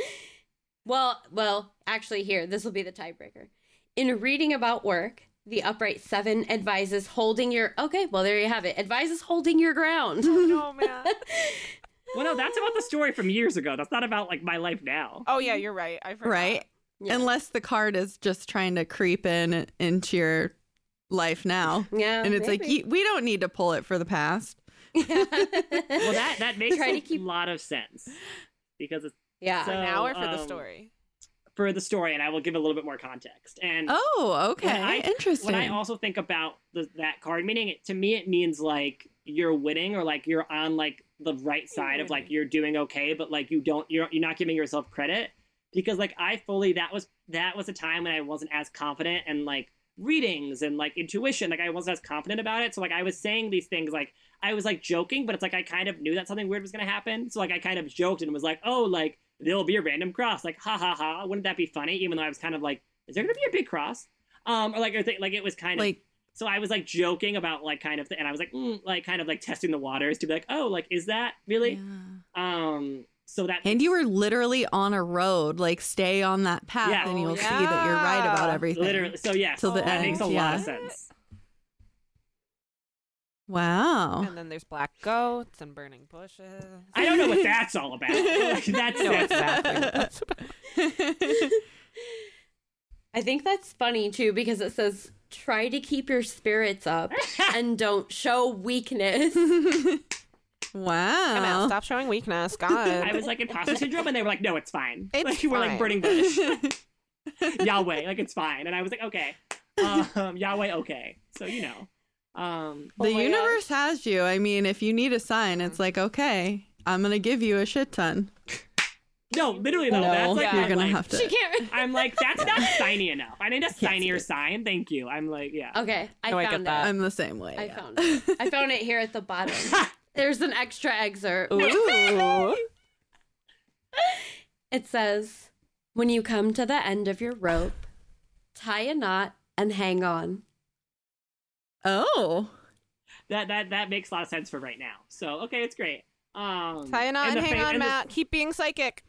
well, well, actually here, this will be the tiebreaker. in reading about work, the upright seven advises holding your okay. Well, there you have it. Advises holding your ground.
No, man.
Well, no, that's about the story from years ago. That's not about like my life now.
Oh yeah, you're right. I forgot.
right?
Yeah.
Unless the card is just trying to creep in into your life now.
yeah,
And it's like,
maybe.
you, we don't need to pull it for the past.
<laughs>
Well, that that makes
Try
a
to keep-
lot of sense because it's
yeah.
An
So,
hour for the
um,
story.
for the story, and I will give a little bit more context. And
Oh, okay.
When I-
Interesting.
when I also think about the, that card, meaning it, to me, it means like you're winning or like you're on like the right side of like you're doing okay, but like you don't you're you're not giving yourself credit because like I fully that was that was a time when I wasn't as confident and like readings and like intuition like I wasn't as confident about it. So like I was saying these things like I was like joking, but it's like I kind of knew that something weird was gonna happen. So like I kind of joked and was like, oh like there'll be a random cross like ha ha ha wouldn't that be funny even though I was kind of like is there gonna be a big cross um or like or th- like it was kind of
like,
so I was like joking about like kind of, and I was like, mm, like kind of like testing the waters to be like, oh, like is that really?
yeah.
Um, so that
and you were literally on a road. Like, stay on that path,
Yeah.
and
Oh,
you'll see that you're right about
yeah.
everything.
literally, so yes,
Till the
that makes a
end,
lot of
yeah.
sense.
Wow.
And then there's black goats and burning bushes.
I don't know what that's all
<laughs>
about. Like, that's
know
that's-
exactly what <laughs> that's about.
I think that's funny too because it says try to keep your spirits up and don't show weakness.
Come
Wow.
out, stop showing <laughs> weakness.
I
God.
was like imposter syndrome, and they were like, no, it's fine.
It's
like you were like
fine.
burning bush,
<laughs>
Yahweh, like it's fine. And I was like, okay, um, Yahweh, okay. So you know, um,
The universe has you. I mean, if you need a sign,
Mm-hmm.
it's like, okay, I'm going to give you a shit ton.
no, literally though,
no,
that's like
you're
my
going to
life.
have to.
she can't.
I'm like, that's not signy enough. I need a signier sign. Thank you. I'm like, yeah.
Okay, I
No, I get
found
that.
it.
I'm the same way.
I
yeah.
found it. I found it here at
<laughs>
the bottom. There's an extra excerpt.
Ooh.
It says, "When you come to the end of your rope, tie a knot and hang on."
Oh. <laughs>
that that that makes a lot of sense for right now. So okay, it's great. Um,
Tie a knot and
and the
hang
fa-
on,
and the-
Matt. Keep being psychic.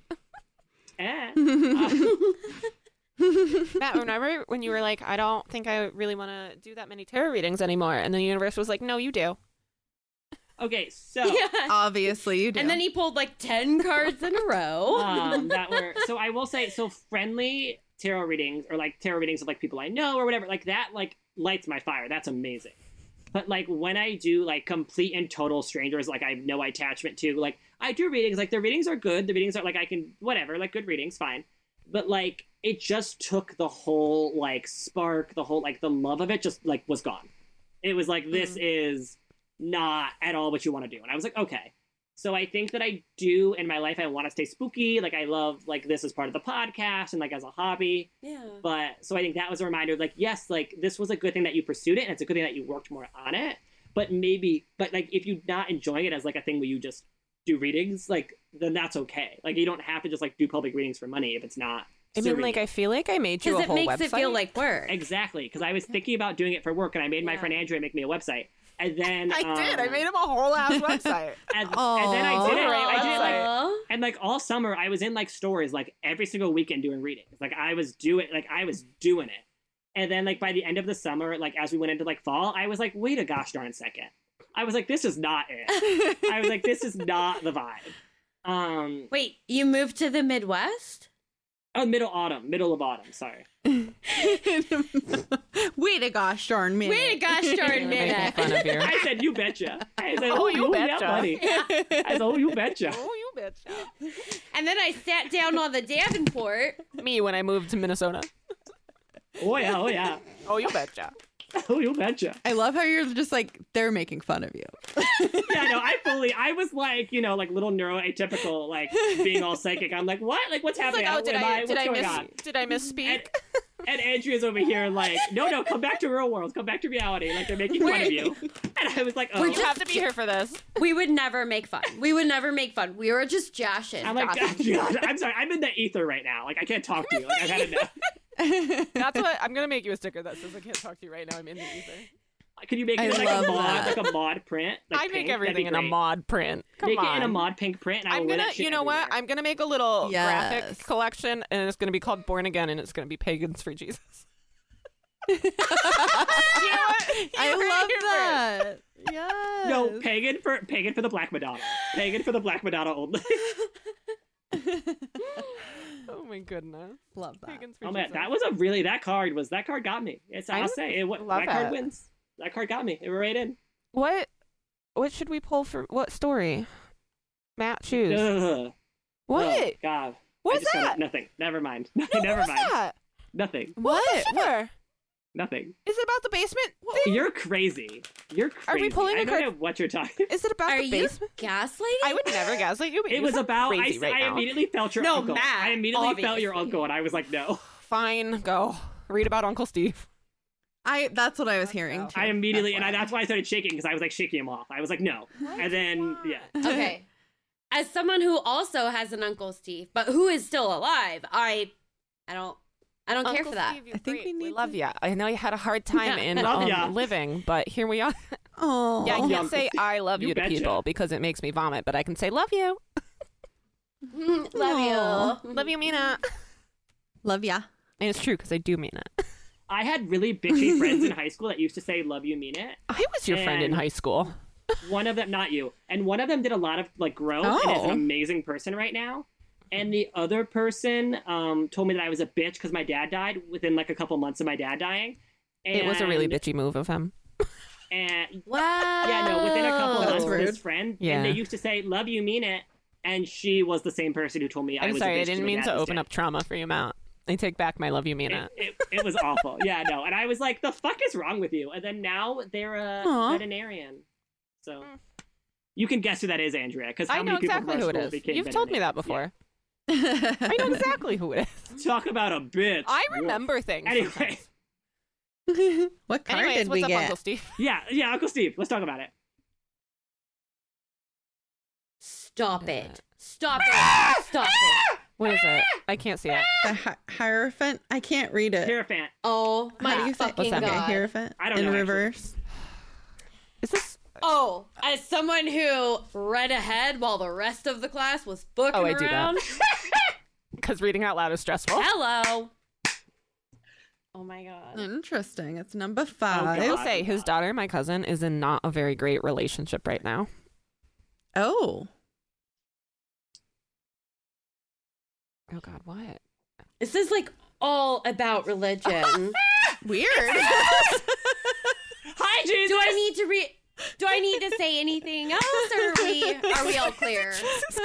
eh.
<laughs>
Matt, remember when you were like, I don't think I really want to do that many tarot readings anymore, and the universe was like, No, you do.
Uh,
<laughs>
okay,
Oh.
so
Yeah.
Obviously, you do. <laughs>
And then he pulled like ten cards in
<laughs>
a <laughs> row.
Uh,
um, that were so I will say so friendly tarot readings or like tarot readings of like people I know or whatever like that like lights my fire. That's amazing. But like when I do like complete and total strangers, like I have no attachment to, like I do readings. Like the readings are good. The readings are like I can whatever, like good readings, fine. But like it just took the whole like spark, the whole like the love of it just like was gone. It was like this is not at all what you want to do. And I was like, okay. So I think that I do in my life I want to stay spooky. Like I love like this as part of the podcast and like as a hobby.
yeah.
But so I think that was a reminder of like, yes, like this was a good thing that you pursued it and it's a good thing that you worked more on it. But maybe but like if you're not enjoying it as like a thing where you just do readings, like then that's okay. Like you don't have to just like do public readings for money if it's not
I mean,
serving
like,
you.
I feel like I made you
Because
a
it
whole
makes
website.
it feel like work.
Exactly. Because I was thinking about doing it for work and I made my
Yeah.
friend Andrea make me a website. And then
I did. I
um,
made him a whole <laughs> ass website.
and, and then I did it. I did it like
Aw.
And like all summer, I was in like stories like every single weekend doing readings. Like I was doing, like I was doing it. And then like by the end of the summer, like as we went into like fall, I was like, wait a gosh darn second. I was like, this is not it.
<laughs>
I was like, this is not the vibe. Um,
Wait, you moved to the Midwest?
oh, middle autumn, middle of autumn. Sorry.
Wait a gosh darn minute.
Wait a
<laughs>
gosh darn minute.
Making fun of you.
I said, you betcha. I
<laughs>
said,
Oh,
oh,
you
you betcha,
betcha. <laughs>
buddy. I said, oh, you betcha.
oh, you bitch.
And then I sat down on the Davenport.
<laughs> Me when I moved to Minnesota.
Oh yeah,
<laughs>
oh yeah,
Oh, you betcha.
oh you betcha.
I love how you're just like they're making fun of you.
yeah, no, I fully, I was like, you know, like little neuroatypical, like being all psychic. I'm like, what? Like, what's happening?
Like, oh, did
Am
I, did
what's
I
going
miss
on?
did I misspeak? <laughs>
And, and Andrea's over here, like, no, no, come back to real world, come back to reality. Like, they're making fun of you. And I was like, oh,
you have to be here for this.
We would never make fun. We would never make fun. We were just joshing.
I'm like, God, God, I'm sorry, I'm in the ether right now. Like, I can't talk to you. Like, I've had enough.
That's what I'm gonna make you a sticker that says I can't talk to you right now. I'm in the ether.
Can you make
I
it like a
love
mod,
that.
like a mod print? Like
I
pink?
make
That'd be
everything in a
great.
mod print. Come
make
on.
it in a mod pink print. And I
I'm
will wear
gonna,
that shit
you know what?
everywhere.
I'm gonna make a little graphic
Yes.
collection, and it's gonna be called Born Again, and it's gonna be pagans for Jesus. <laughs> You know what? You
I
heard
love
it first.
that. Yes.
No, pagan for pagan for the Black Madonna. Pagan for the Black Madonna only.
Oh my goodness.
love that.
Pagans for
oh man,
Jesus.
that was a really that card was that card got me. It's I'll
I'm-
say it. wa-
love
that card
it.
wins. That card got me. It were right in.
what what should we pull for what story? Matt choose.
Ugh.
what?
Oh, God.
What's
I just
that?
Got nothing. Never mind. <laughs>
What
Never
was
mind.
that?
Nothing.
What?
Sure.
Nothing.
Is it about the basement? thing?
You're crazy. You're crazy.
Are we pulling
I
a
don't
card-
know what you're
<laughs>
talking.
Is it about
Are
the
you
basement?
gaslighting?
I would never gaslight you, but
It
you
was
sound
about. I,
crazy
s-
right
I
now.
immediately felt your
No,
uncle.
Matt,
I immediately felt your
obviously.
uncle, and I was
<laughs>
like, no.
Fine, go read about Uncle Steve.
I that's what I was hearing.
so.
too.
I immediately, and I,
FYI.
that's why I started shaking because I was like shaking him off. I was like, no. And then, yeah.
okay. <laughs> As someone who also has an Uncle Steve, but who is still alive, I I don't I don't care for that.
Steve,
I think we need
love ya. I know you had a
<laughs>
hard time in
Love
um,
ya.
living, but here
<laughs>
we are.
Oh.
Yeah, I
you-
can't say I love
You
you, to
betcha.
people because it makes me vomit, but I can say love you,
Mm, Love you.
Mm-hmm. love you, Mina.
Mm-hmm.
love ya.
And it's true because I do mean it.
I had really
<laughs>
bitchy friends in high school that used to say, love you, mean it.
I was your friend in
And-
high school.
One of them, not you. And one of them did a lot of like growth and is
Oh.
an amazing person right now. And the other person um, told me that I was a bitch because my dad died within like a couple months of my dad dying. And,
It was a really bitchy move of him.
And
Wow.
yeah, no, within a couple
That's
months,
rude.
this friend,
Oh. Yeah.
and they used to say, love you, mean it. And she was the same person who told me I
I'm
was
sorry,
a bitch
I didn't
my
mean
dad
to
was
open
dead.
up trauma for you, Matt. I take back my love you, Mina.
It, it, it was awful. Yeah, no. And I was like, the fuck is wrong with you? And then now they're a
Aw.
veterinarian. So
Hmm.
you can guess who that is, Andrea, because how
I know
many people from
exactly
our
who it
school
is.
became
You've told me that before. I
<laughs>
know exactly who it is.
veterinarians? Yeah. Talk about a bitch.
I remember things.
Anyway,
<laughs> what card
Anyways,
did
what's
we
up,
get?
Uncle Steve?
<laughs> yeah, yeah, Uncle Steve. Let's talk about it.
Stop it. Stop it. Stop it.
<laughs> What is it? I can't see it.
The hi- hierophant. I can't read it.
Hierophant.
Oh
How do
my
you say-
fucking
What's that?
Okay,
god.
hierophant.
I don't
In
know, actually.
reverse.
Is this?
Oh, as someone who read ahead while the rest of the class was booking
Oh, I do that.
around.
Because reading out loud is stressful.
Hello. Oh my god.
Interesting. It's number five.
I
Oh, God.
will say his daughter, my cousin, is in not a very great relationship right now.
Oh.
Oh God, <laughs> what?
This is like all
<laughs>
about religion.
Weird. <laughs>
Hi, Jesus.
do I need to read? Do I need to say anything else, or are we are we all clear?
<laughs>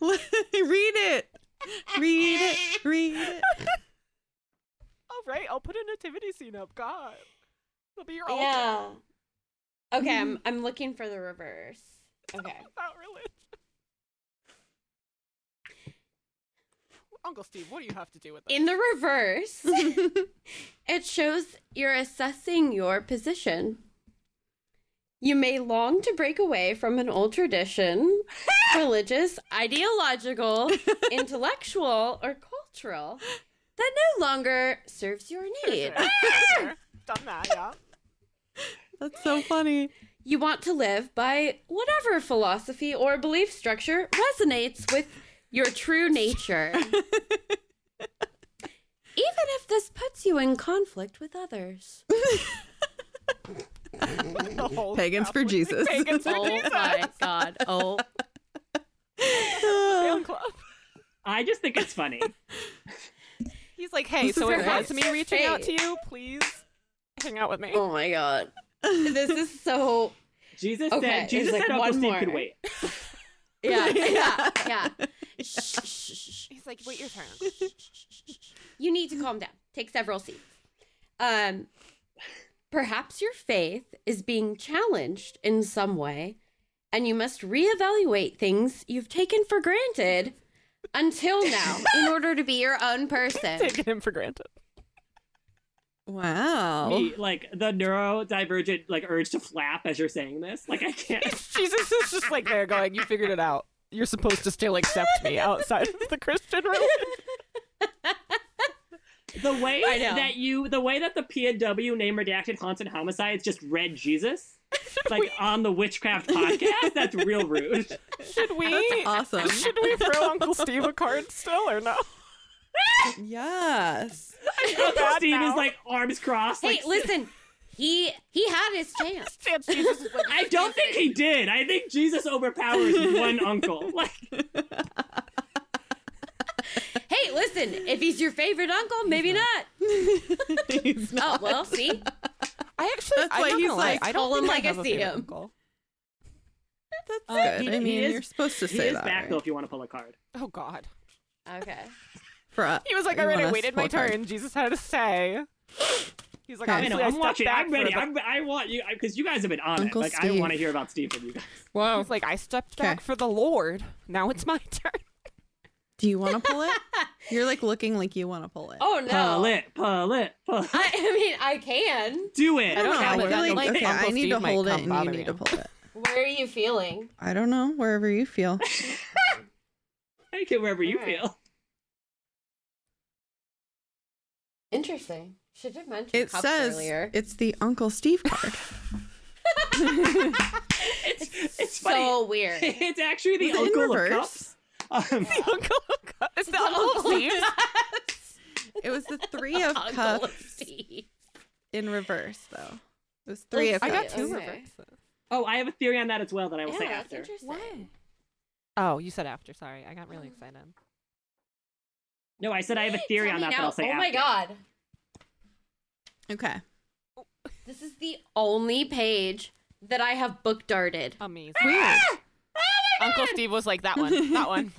read it. Read it. Read it.
All right, I'll put a nativity scene up. God, it'll be your
Yeah. Okay, I'm I'm looking for the reverse. Okay.
about religion. <laughs> Uncle Steve, what do you have to do with
In the <laughs> reverse, it shows you're assessing your position. You may long to break away from an old <laughs> tradition, religious, <laughs> ideological, intellectual, or cultural that no longer serves your need.
Done that, yeah. <laughs>
That's so funny.
You want to live by whatever philosophy or belief structure resonates with your true <laughs> nature. Even if this puts you in conflict with others.
The whole
Pagans for Jesus.
Pagans <laughs>
<laughs>
for
Oh
Jesus.
my god. Oh.
Fan club.
I just think it's
<laughs>
funny.
He's like, hey,
This
so
is
it
great.
was me reaching out to you. Please hang out with me.
Oh my god. This is so
Jesus
Okay,
said.
it's
Jesus
like
said Uncle
one
Steve
more.
could wait.
Yeah. Yeah. <laughs> Yeah. Shh, shh, shh.
He's like, wait your turn.
<laughs> You need to calm down. Take several seats. Um, perhaps your faith is being challenged in some way, and you must reevaluate things you've taken for granted until now in order to be your own person.
Taking him for granted. Oh.
Wow.
Me, like the neurodivergent like urge to flap as you're saying this. Like I can't.
<laughs> Jesus is just like there going, you figured it out. You're supposed to still accept me outside of the Christian religion.
The way
I know.
that you, the way that the P and W name redacted haunts and homicides just read Jesus, like on the witchcraft podcast, that's real rude.
Should we
Awesome.
<laughs> should we throw Uncle Steve a card still or no?
yes.
Oh,
<laughs> Steve is like arms crossed.
Hey,
like,
listen, he he had his chance.
Chance Jesus is like,
I don't think he did. I think Jesus overpowers one uncle. <laughs> Like,
Hey, listen, if he's your favorite uncle, maybe not.
He's
Oh
not.
well, see,
I actually.
That's
I'm
why
not
he's
gonna lie,
like,
I don't
call him
think
like I
have a
see
favorite
him.
uncle.
That's
Uh,
good.
he-
I
he
mean,
is-
you're supposed to
he
say
is
that.
back
right?
though if you want to pull a card.
Oh God.
okay.
For us-
He was like,
you
I already
want us
waited
to
my
pull a card.
turn. Jesus had to say. He's like,
Okay.
I
obviously,
know.
I
I'm
stepped
watching.
back
I'm ready.
For a
I'm, I want you because you guys have been on
Uncle
it. Like I
Steve.
want to hear about Steve from you guys.
Whoa. He's like, I stepped back
Okay.
for the Lord. Now it's my <laughs> turn.
Do you want to
<laughs>
pull it? You're like looking like you want to pull it.
Oh
Pull
no,
it, pull it, pull. it. <laughs>
I, I mean I can.
Do it.
I
I
don't
don't
know,
know.
but
I
that
feel like,
might-
okay,
Uncle
I need
Steve
to
might
hold it
come
and you
bother
need
you.
to pull it.
Where are you feeling?
I don't know. Wherever
<laughs>
you feel.
Take it wherever you
Alright.
feel.
Interesting. Should have mentioned
It
cups
says
earlier.
it's the Uncle Steve
<laughs>
card.
It's it's, funny.
so weird.
<laughs> It's actually the
Was it in
uncle of
reverse?
cups. Um,
Uncle of God. It's the Uncle of
Uncle
Steve.
It
<laughs>
was the three of
Uncle
cups
of Steve.
in reverse, though. It was three of
I
cups.
got two
Okay.
reverses.
oh, I have a theory on that as well that I will
Yeah,
say
that's
after.
interesting.
Oh, you said after. Sorry, I got really excited.
No, I said I have a theory
Tell
on
me
that that
now.
I'll say
Oh
after.
my god.
Okay.
This is the only page that I have book darted.
Amazing. Ah!
Weird.
Oh
Uncle Steve was like that one. That <laughs> one.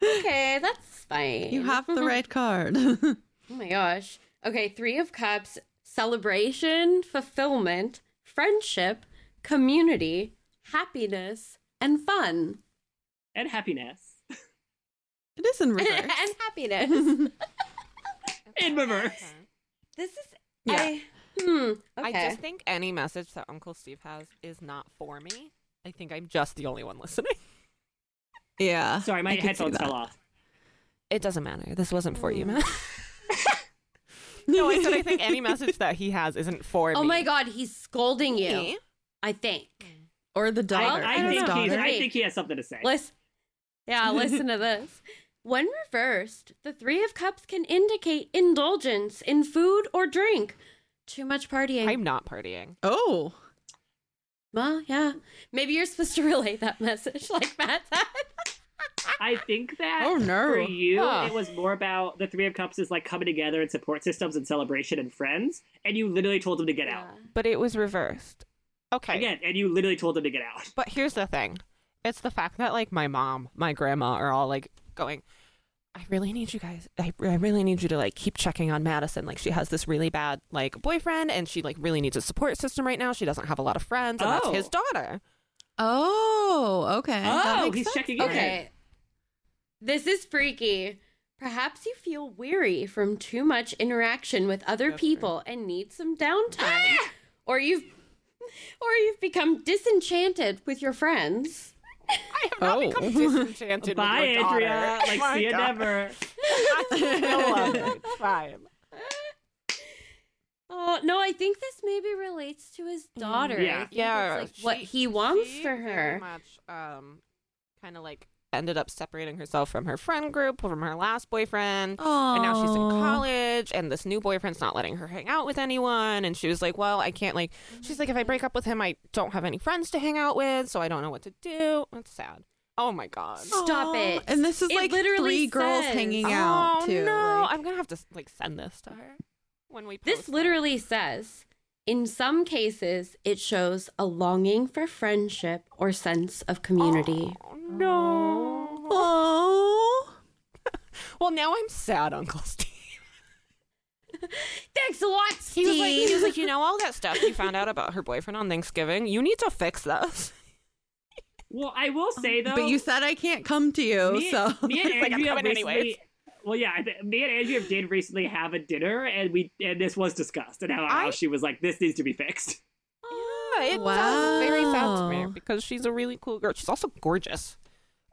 Okay, that's fine.
You have <laughs> the right card.
Oh my gosh. Okay, 3 of cups, celebration, fulfillment, friendship, community, happiness, and fun. <laughs>
And happiness
it is in reverse. <laughs>
and happiness. <laughs>
in reverse.
this is
Yeah.
I hmm. Okay.
I just think any message that Uncle Steve has is not for me. I think I'm just the only one listening.
yeah.
Sorry, my
I could see
headphones
that.
fell off.
It doesn't matter. This wasn't for you, Matt. Mm. no, I said I <laughs> think any message that he has isn't for me.
Oh my god, he's scolding you.
Me?
I think.
<laughs> Or the
I,
daughter.
I
I
His
think
daughter.
he's,
daughter.
I think he has something to say.
Listen. <laughs> Yeah, listen to this. When reversed, the 3 of cups can indicate indulgence in food or drink. Too much partying.
I'm not partying.
Oh.
Well, yeah. Maybe you're supposed to <laughs> relay that message like Matt said.
I think that
Oh, no.
for you,
Huh.
it was more about the Three of Cups is like coming together and support systems and celebration and friends. And you literally told him to get out.
But it was reversed. Okay.
Again, and you literally told him to get out.
But here's the thing. It's the fact that like my mom, my grandma are all like going, I really need you guys. I, I really need you to like keep checking on Madison. Like she has this really bad like boyfriend and she like really needs a support system right now. She doesn't have a lot of friends and
Oh.
that's his daughter.
Oh. Okay. That
Oh,
makes
he's
sense.
checking in.
Okay. This is freaky. Perhaps you feel weary from too much interaction with other people and need some downtime.
Ah!
or you've <laughs> or you've become disenchanted with your friends.
I have not
Oh.
become <laughs> disenchanted
Bye,
with your daughter.
Andrea. Like,
My <laughs>
see you
God.
never.
I love her. It's fine.
Oh, no, I think this maybe relates to his daughter. I
yeah.
think it's,
Yeah,
like what
she-
he wants
she
for
Very
her.
much, um, kind of like ended up separating herself from her friend group, from her last boyfriend.
Oh.
And now she's in college, and this new boyfriend's not letting her hang out with anyone. And she was like, Well, I can't, like, she's like, If I break up with him, I don't have any friends to hang out with, so I don't know what to do. That's sad. Oh my God.
Stop it.
And this is
It
like
literally
three girls
says-
hanging
oh,
out too.
No,
like-
I'm going to have to, like, send this to her when we post
This literally says in some cases, it shows a longing for friendship or sense of community.
Oh, no.
Oh.
Well, now I'm sad, Uncle Steve.
<gasps> Thanks a lot,
He
Steve.
was, like, he was <laughs> like, you know, all that stuff you found out about her boyfriend on Thanksgiving, you need to fix this.
Well, I will say though,
But you said I can't come to you,
me,
so
<laughs>
me and
It's like, I'm
Andrea
coming
recently.
anyways.
Well, yeah, I th- me and Andrea did recently have a dinner, and we and this was discussed, and how, how
I-
she was like, "This needs to be fixed."
Yeah, it sounds very sad to me
Wow.
because she's a really cool girl. She's also gorgeous.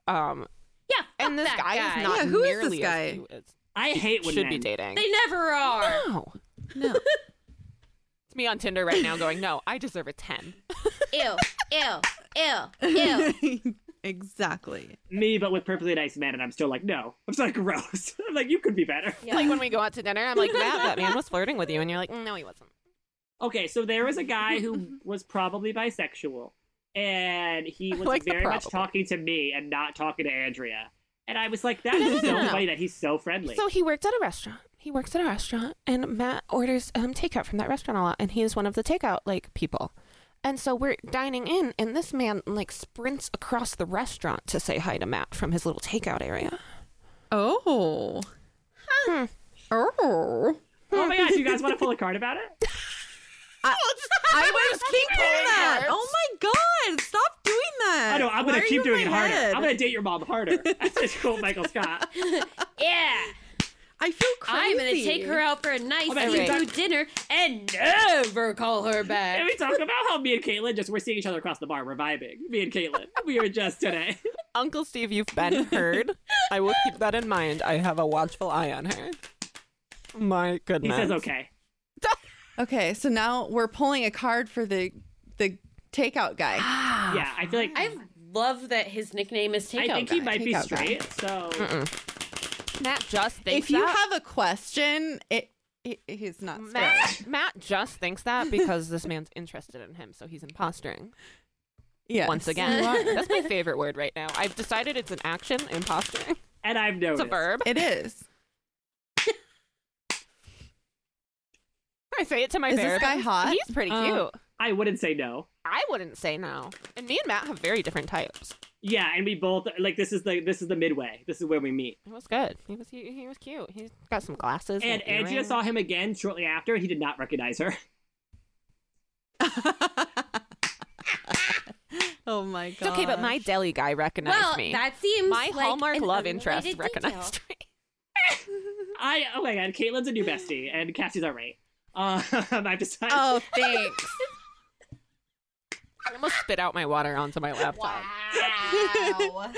Um,
yeah, fuck
and this
that
guy,
guy
is not
Yeah, who is this
nearly
guy?
as cute as
I hate when
should
men.
be dating.
They never <laughs> are.
no,
<laughs> no.
it's me on Tinder <laughs> right now going, no, I deserve a ten.
<laughs> ew, ew, ew, ew.
<laughs> Exactly.
me, but with perfectly nice men, and I'm still like, no, I'm so <laughs> gross. I'm like, you could be better.
Yeah.
Like when we go out to dinner, I'm like, Matt, that man was flirting with you, and you're like, no, he wasn't.
Okay, so there was a
<laughs>
guy who was probably bisexual, and he was
like the
very much
probably.
talking to me and not talking to Andrea. And I was
<laughs>
like, that is so
no.
funny that he's so friendly.
So he worked at a restaurant. He works at a restaurant, and Matt orders um, takeout from that restaurant a lot, and he is one of the takeout like people. And so we're dining in, and this man like sprints across the restaurant to say hi to Matt from his little takeout area.
Oh. Oh.
oh my gosh, you guys want
<laughs>
to pull a card about it?
I was keep doing that. Oh my god, stop doing that.
Oh no, I'm
Why
gonna
are you
keep
in
doing
my
it harder.
head?
I'm gonna date your mom harder. <laughs> That's just cool, Michael
<laughs>
Scott.
yeah,
I feel crazy.
<laughs> I'm gonna take her out for a nice
bet
seafood
you
dinner and never call her
Can <laughs>
back.
we talk about how me and Caitlin just we're seeing each other across the bar, we're vibing. Me and Caitlin, we were just today. <laughs>
Uncle Steve, you've been heard. I will keep that in mind. I have a watchful eye on her. My
He
goodness.
says okay.
Okay, so now we're pulling a card for the the
<gasps>
takeout guy.
Yeah, I feel like I,
I love that his nickname is Takeout.
think he
Guy.
might be
takeout guy.
straight. So
Matt just thinks
if you
that.
have a question, it, it he's not straight.
Matt, Matt just thinks <laughs> that because this man's interested in him, so he's impostering.
Yes.
once again. <laughs> That's my favorite word right now. I've decided it's an action, imposter.
and I've
It's
noticed.
a verb.
It is.
I say it to my
Is this
therapist.
guy hot?
He's pretty
Um,
cute.
I wouldn't say no.
I wouldn't say no. And me and Matt have very different types.
Yeah, and we both like this is the this is the midway. This is where we meet.
It was good. He was he, he was cute. He's got some glasses.
And Andrea
earrings.
saw him again shortly after, and he did not recognize her. <laughs>
oh my
It's
god.
okay,
Uh,
but my deli guy recognized
well,
me.
that seems
my
like
Hallmark
an
love interest
unrelated
recognized
<laughs> detail.
me.
I oh my god, Caitlin's a new bestie, and Cassie's all right. Um, <laughs> I've decided.
Oh, thanks.
I almost spit out my water onto my laptop.
Wow.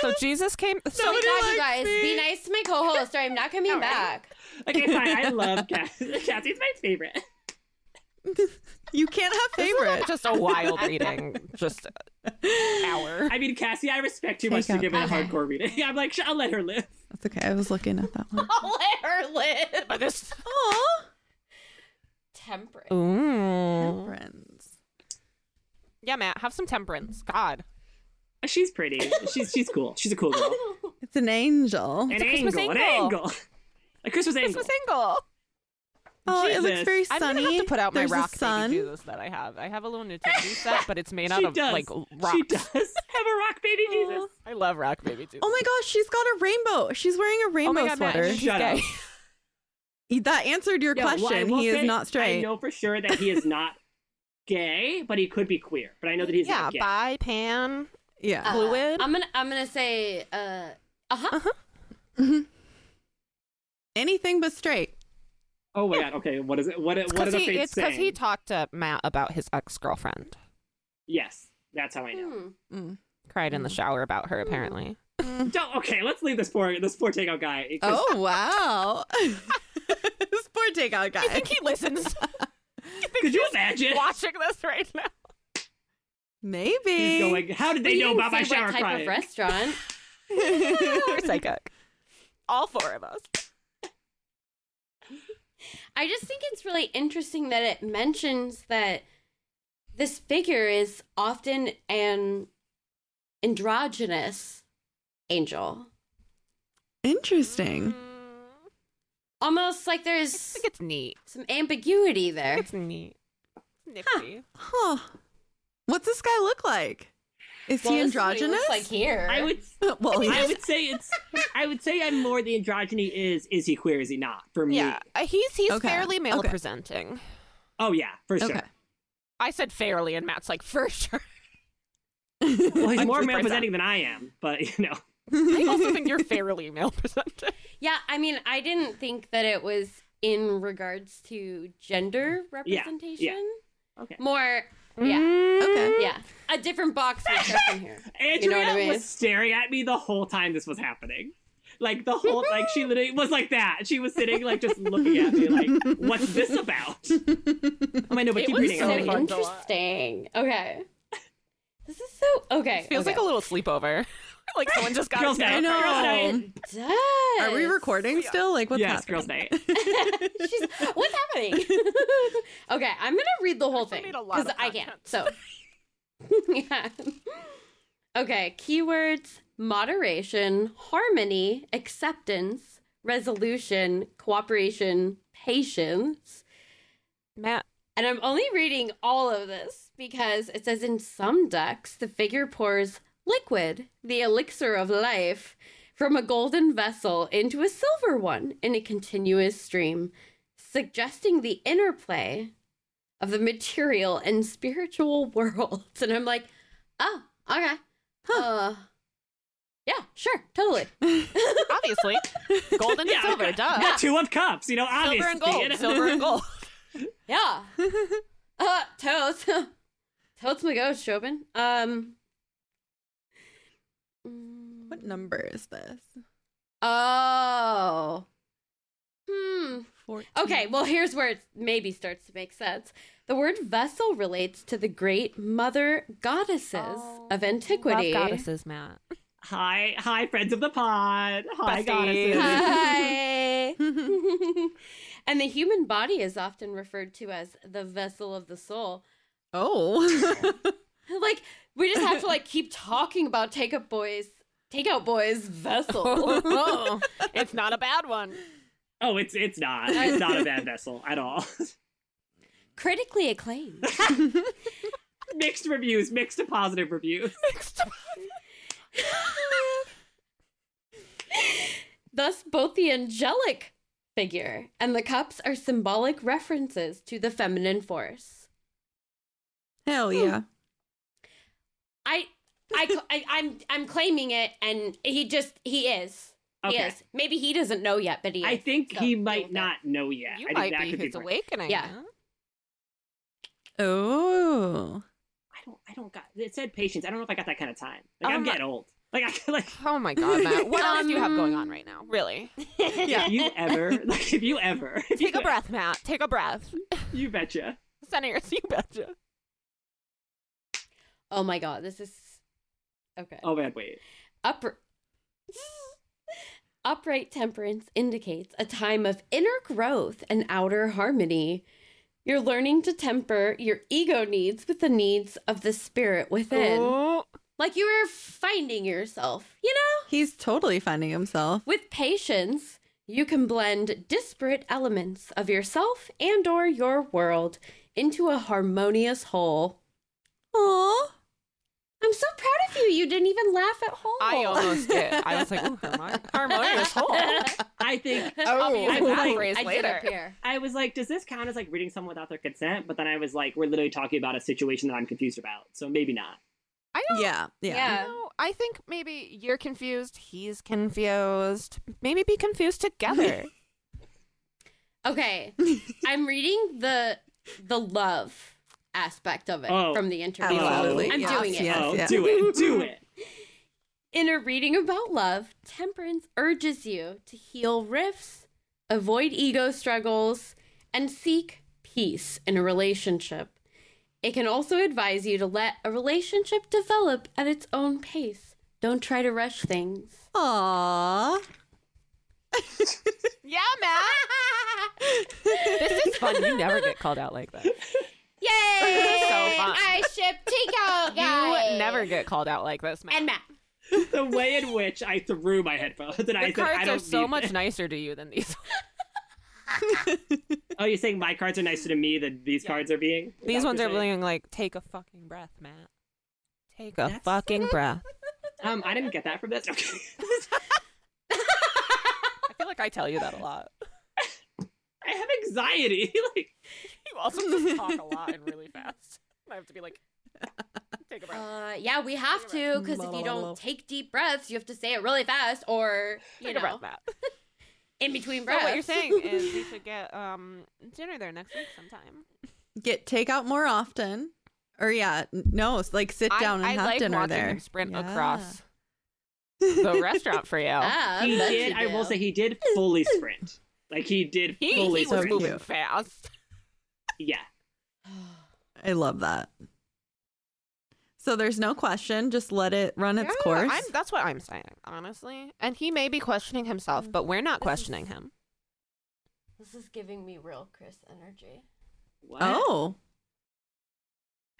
So Jesus came. So
oh my gosh, you guys, be nice to my co-host, or I'm not coming back.
Okay, fine.
<laughs>
I love Cassie. Cassie's my favorite.
You can't have
this was
favorites.
just a wild reading, just hour.
I mean, Cassie, I respect too much to
Takeout
give it a
guy.
hardcore reading. <laughs> I'm like, I'll let her live.
That's okay. I was looking at that one.
<laughs> I'll let her live.
But this.
Aw.
Temperate.
Ooh.
Friends.
Yeah, Matt, have some temperance. God.
She's pretty. She's she's cool. She's a cool
<laughs>
girl.
It's an angel.
An
a Christmas
angle, an
angle.
angle, a Christmas angle.
Christmas angle.
Oh, it looks
Jesus.
very
I'm
sunny.
gonna have to put out my
There's a
rock
sun.
baby Jesus that I have. I have a little nativity set, but it's made out
She
of
does.
like rocks.
She does <laughs> have a rock baby Jesus.
I love rock baby Jesus.
Oh my gosh, she's got a rainbow. She's wearing a rainbow
Oh my God, Matt,
sweater.
she's
Shut
gay.
up.
That answered your
Yeah, well, I
question.
will
he is
say,
not straight.
I know for sure that he is not gay, but he could be queer. But I know that he's
yeah,
not gay.
bi, pan.
Yeah.
Uh, <laughs>
Fluid?
I'm gonna I'm gonna say uh uh-huh.
Anything but straight.
Oh my god. Okay, what is it? What what are
Because
the
he,
fates
it's because
saying?
he talked to Matt about his ex girlfriend.
yes, that's how I know.
Hmm.
<laughs>
Mm.
Cried in the shower about her, apparently.
Don't, okay, let's leave this poor this poor takeout guy. 'cause
Oh wow. <laughs> this poor
<laughs>
takeout guy.
I think he listens.
Could you imagine?
watching this right now.
Maybe.
He's going. How did
But
they
you
know
didn't
about my
say
shower
what type
crying?
of restaurant.
We're <laughs> psychic. All four of us.
I just think it's really interesting that it mentions that this figure is often an androgynous angel.
Interesting.
Almost like
I
there's
think it's neat.
some ambiguity
I
there.
think it's neat. Nifty.
Huh. What's this guy look like? Is he
Well, this is what he
androgynous?
looks like here.
I would
<laughs>
Oh,
well, he
<laughs> I would say it's I would say I'm more the androgyny is is he queer is he not for me.
Yeah, uh, he's he's
Okay,
fairly male
okay.
presenting.
Oh yeah, for sure.
Okay.
I said fairly, and Matt's like for sure.
Well, he's more
100%.
male presenting than I am, but you know.
I also think you're fairly male presenting.
Yeah, I mean, I didn't think that it was in regards to gender representation.
Okay.
More, yeah,
Mm.
Okay.
yeah. A different box was checked in here.
Andrea
You know what I mean?
was staring at me the whole time this was happening. Like the whole like she literally was like that. She was sitting like just looking at me like, what's this about? I mean, no, but
It
keep
was
reading.
so
I'm
So
really-
fun to watch.
interesting. Okay. This is so okay.
Feels like a little sleepover. <laughs> like someone just got
Girls'
together.
night.
I know.
Girls' night.
a little.
Are we recording still? Like, what's
yes,
happening?
<laughs>
girls' night.
She's, what's happening? okay, I'm gonna read the whole
Actually
thing
need a lot
because
of
I can't. So, <laughs> yeah. Okay, keywords: moderation, harmony, acceptance, resolution, cooperation, patience.
Matt,
And I'm only reading all of this because it says in some decks, the figure pours liquid, the elixir of life, from a golden vessel into a silver one in a continuous stream, suggesting the interplay of the material and spiritual <laughs> worlds. And I'm like, oh, okay. Huh. yeah, sure, totally.
obviously, gold and
<laughs> Yeah,
silver, duh.
The two of cups, you know, obviously.
Silver and
you <laughs> know?
gold, silver and gold. <laughs>
Yeah. uh, totes. <laughs> totes my ghost, Chopin. Um. mm,
What number is this?
Oh. Hmm.
14.
Okay, well, here's where it maybe starts to make sense. The word vessel relates to the great mother goddesses of antiquity.
Oh, Love goddesses, <laughs> Matt.
Hi, hi, friends of the pod. Hi,
Besties.
goddesses.
Hi. <laughs> and the human body is often referred to as the vessel of the soul.
Oh. <laughs>
<laughs> Like we just have to like keep talking about take up boys, take out boys vessel.
oh, it's not a bad one.
Oh, it's it's not. It's not a bad vessel at all.
<laughs>
<laughs>
Critically acclaimed.
mixed reviews, mixed to positive
<laughs>
reviews.
Thus, both the angelic figure and the cups are symbolic references to the feminine force.
Hell yeah.
I, I, cl- I I'm, I'm claiming it, and he just, he is. He
Okay.
is. Maybe he doesn't know yet, but he
I
is.
think
So,
he
deal with
might
it.
not know yet.
You
I
might
think that
be
could
his
part.
awakening.
Yeah.
huh?
Oh.
I don't. I don't got. It said patience. I don't know if I got that kind of time. Like I'm
Um,
getting old. Like I like
Oh my god, Matt. <laughs> What else do you have going
Um,
on right now? Really? <laughs>
if you ever like if you ever <laughs> if
Take
you,
a breath, Matt. Take a breath. <laughs>
You betcha.
Center your you betcha.
Oh my god, this is okay.
Oh man, wait.
Upper. Upright temperance indicates a time of inner growth and outer harmony. You're learning to temper your ego needs with the needs of the spirit within.
Oh,
Like you were finding yourself, you know?
He's totally finding himself.
With patience, you can blend disparate elements of yourself and or your world into a harmonious whole.
Aw.
I'm so proud of you. You didn't even laugh at home. <laughs>
I almost <laughs> did. I was like, ooh, harmon- <laughs> harmonious hole. <laughs>
I think
I'll be
Oh.
using
I
that
did
phrase
I did
later.
appear.
I was like, does this count as like reading someone without their consent? But then I was like, we're literally talking about a situation that I'm confused about, so maybe not.
I don't
Yeah. Yeah.
Yeah.
know. I think maybe you're confused. He's confused. Maybe be confused <laughs> together.
<laughs>
Okay. I'm reading the the love aspect of it
Oh,
from the interview.
Absolutely.
I'm
yes,
doing it.
Yes,
oh,
yes.
do
<laughs>
it, do it.
In a reading about love, temperance urges you to heal rifts, avoid ego struggles, and seek peace in a relationship. It can also advise you to let a relationship develop at its own pace. Don't try to
<laughs>
rush things.
Aw.
yeah, Matt. this is fun. You never get called out like that.
Yay!
fun.
I ship Tico, guys!
You never get called out like this, Matt.
And Matt.
The way in which I threw my headphones and I
the
said, I
cards
don't
are so
need
much
this."
nicer to you than these.
Oh, you're saying my cards are nicer to me than these cards are being? Is
<laughs> These
that what
ones
you're
are
saying?
being like, take a fucking breath, Matt. Take a fucking breath.
Um, I didn't get that from this. <laughs>
I
Okay.
feel like I tell you that a lot.
I have anxiety. <laughs> like,
<laughs> You also
<laughs>
just talk a lot and really fast. I have to be like, take a breath.
Uh, yeah, we have to because if you don't take deep breaths, you have to say it really fast or you
take a
know
breath, Matt.
in between
So
breaths.
what you're saying is
<laughs>
we should get um dinner there next week sometime.
Get takeout more often. Or yeah, n- no, s- like sit down and
I, I
have
like
dinner
watching
there.
him sprint
Yeah.
across
<laughs>
the restaurant for you.
Ah, I
he
bet
did.
you
I will
do.
say he did fully sprint. Like he did
he,
fully
he was
sprint.
moving
cute.
fast.
Yeah.
I love that. So there's no question. Just let it run its
Yeah,
course.
I'm, that's what I'm saying, honestly. And he may be questioning himself, but we're not
This is-
questioning him.
This is giving me real Chris energy.
What?
Oh,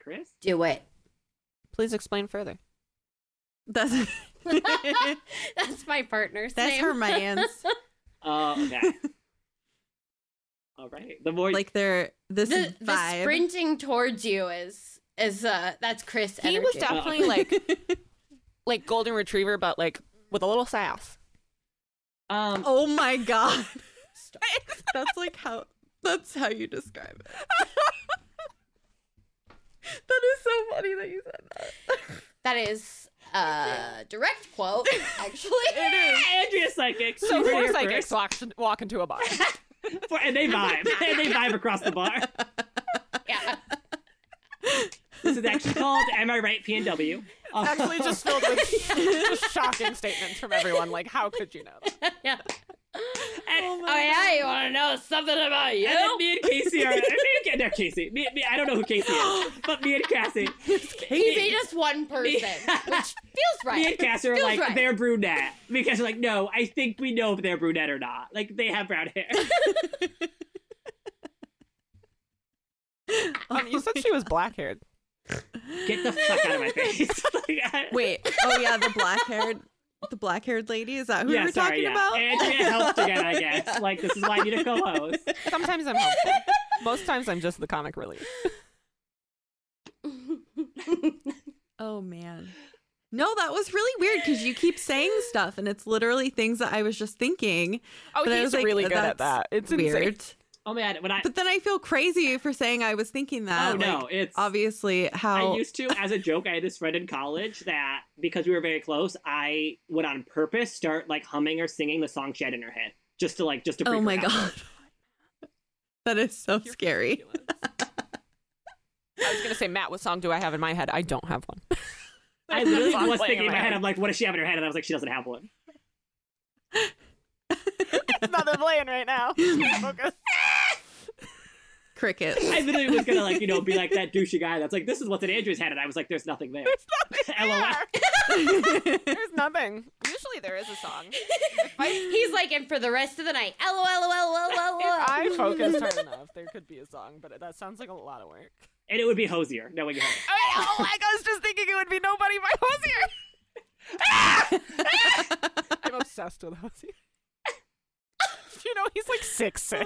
Chris?
Do it. <laughs>
Please explain further.
that's <laughs>
That's my partner's
That's
name.
her
<laughs>
man's.
Oh, okay. All right. The more
like they're this
the, the
vibe.
sprinting towards you is is uh that's Chris
He was
energy.
definitely
<laughs>
like like golden retriever, but like with a little sass.
um
oh
<laughs>
my god. <laughs> that's like how. That's how you describe it. <laughs> that is so funny that you said that.
that is uh direct quote actually.
Andrea psychic.
So
you heard it
four
here
psychics
first.
walk, walk into a bar.
Four- and they vibe. and they vibe across the bar.
<laughs> yeah.
This is actually called Am I Right P and W.
<laughs> Actually, just filled <laughs> with just shocking statements from everyone. Like, how could you know? That?
yeah.
And,
Oh yeah, you wanna know something about you?
and then me and Casey are me and Ca- no, Casey. Me, me, I don't know who Casey
<gasps>
is, but me and
<laughs>
Cassie,
He's a just one person, which feels
me and
right.
Cassie are
Feels
like
right.
they're brunette. Me and Cassie are like, no, I think we know if they're brunette or not. Like they have brown
<laughs>
hair.
Um, you said she was black haired.
Get the fuck out of my face. <laughs> like, I,
Wait. Oh yeah, the black haired, the black haired lady. Is that who
yeah,
we're
sorry,
talking
yeah.
about?
Andrea helped again, I guess.
<laughs>
Like this is why I need a co-host.
Sometimes I'm helpful. Most times I'm just the comic relief.
Oh man. No, that was really weird because you keep saying stuff and it's literally things that I was just thinking.
Oh,
But I
he's
was like,
really good at that.
"That's
It's
weird.
insane.
Oh man, when I
But then I feel crazy for saying I was thinking that.
oh no,
like, oh.
it's
obviously how
I used to, as a joke, I had this friend in college that because we were very close, I would on purpose start like humming or singing the song she had in her head, just to like just to.
Oh
freak
my
her out.
god. <laughs> That is so scary.
I was gonna say, Matt, what song do I have in my head? I don't have one.
<laughs> I literally
Song playing
was thinking in my
around.
head, I'm like, what does she have in her head? And I was like, she doesn't have one.
It's nothing playing right <laughs> now. Focus.
Crickets. <laughs>
I literally was gonna like you know be like that douchey guy that's like, this is what's in Andrew's head, and I was like, there's nothing there. LOL.
<laughs> There's nothing. Usually there is a song.
He's like, and for the rest of the night, lol, lol,
If <laughs> I focused hard enough, there could be a song, but that sounds like a lot of work.
And it would be hosier knowing her.
Oh, like I was just thinking it would be Nobody by Hosier. <laughs> I'm obsessed with Hosier. <laughs> you know, he's like six six.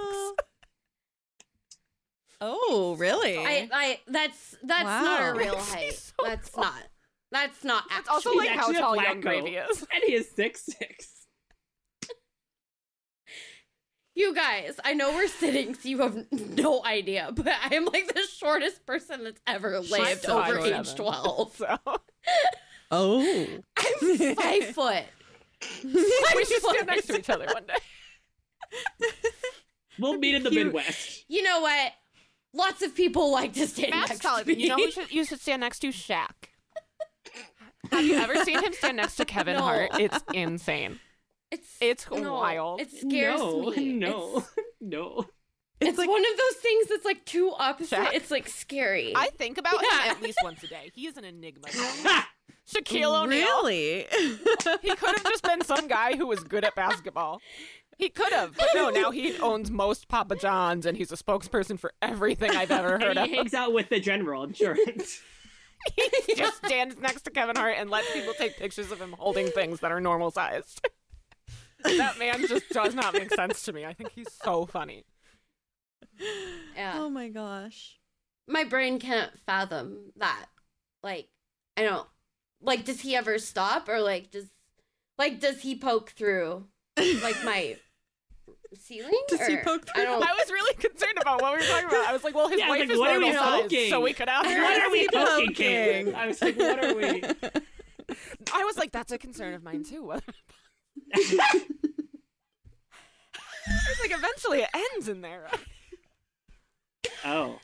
oh, really?
I, I, that's that's not
Wow.
a
<laughs>
real height. that's not. That's not. Actually.
It's also
He's
like how
actually a
tall
black
Young
girl.
Gravy is.
And he is six six.
you guys. I know we're sitting, so you have <laughs> no idea, but I am like the shortest person that's ever
five
lived over age
seven. <laughs>
twelve.
So
oh.
I'm five <laughs> foot.
we should stand next to each other one day.
We'll meet in the
Cute.
Midwest.
You know what? Lots of people like to stand next to me.
you know who should, you should stand next to Shaq. Have you ever seen him stand next to Kevin
No.
Hart? It's insane.
<laughs> it's
It's
no,
wild.
It scares
no, <laughs>
me.
no,
It's-
no.
It's, one of those things that's like two opposite.
Jack?
It's like scary.
I think about
Yeah.
him at least once a day. He is an enigma.
Ha!
<laughs> Shaquille O'Neal.
Really?
He could have just been some guy who was good at basketball. He could have, but no. Now he owns most Papa Johns, and he's a spokesperson for everything I've ever heard
And <laughs>
of.
he hangs out with the general
<laughs>
insurance.
He just stands next to Kevin Hart and lets people take pictures of him holding things that are normal sized. that man just does not make sense to me. I think he's so funny.
yeah.
oh my gosh.
my brain can't fathom that. Like, I don't. Like, does he ever stop or like does, like, does he poke through like my ceiling?
Does he
Or-
poke
I
through?
don't.
I was really concerned about what we were talking about. I was like, well, his
Oh. Yeah, I was
wife
like,
is
what are we
normal
poking?
size, so we could
<laughs>
out her.
what are we
He
poking?
poking.
Caitlin? I was like, what are
<laughs>
we?
I was like, that's a concern of mine too. I
<laughs>
<laughs> was like, eventually it ends in there. right?
Oh.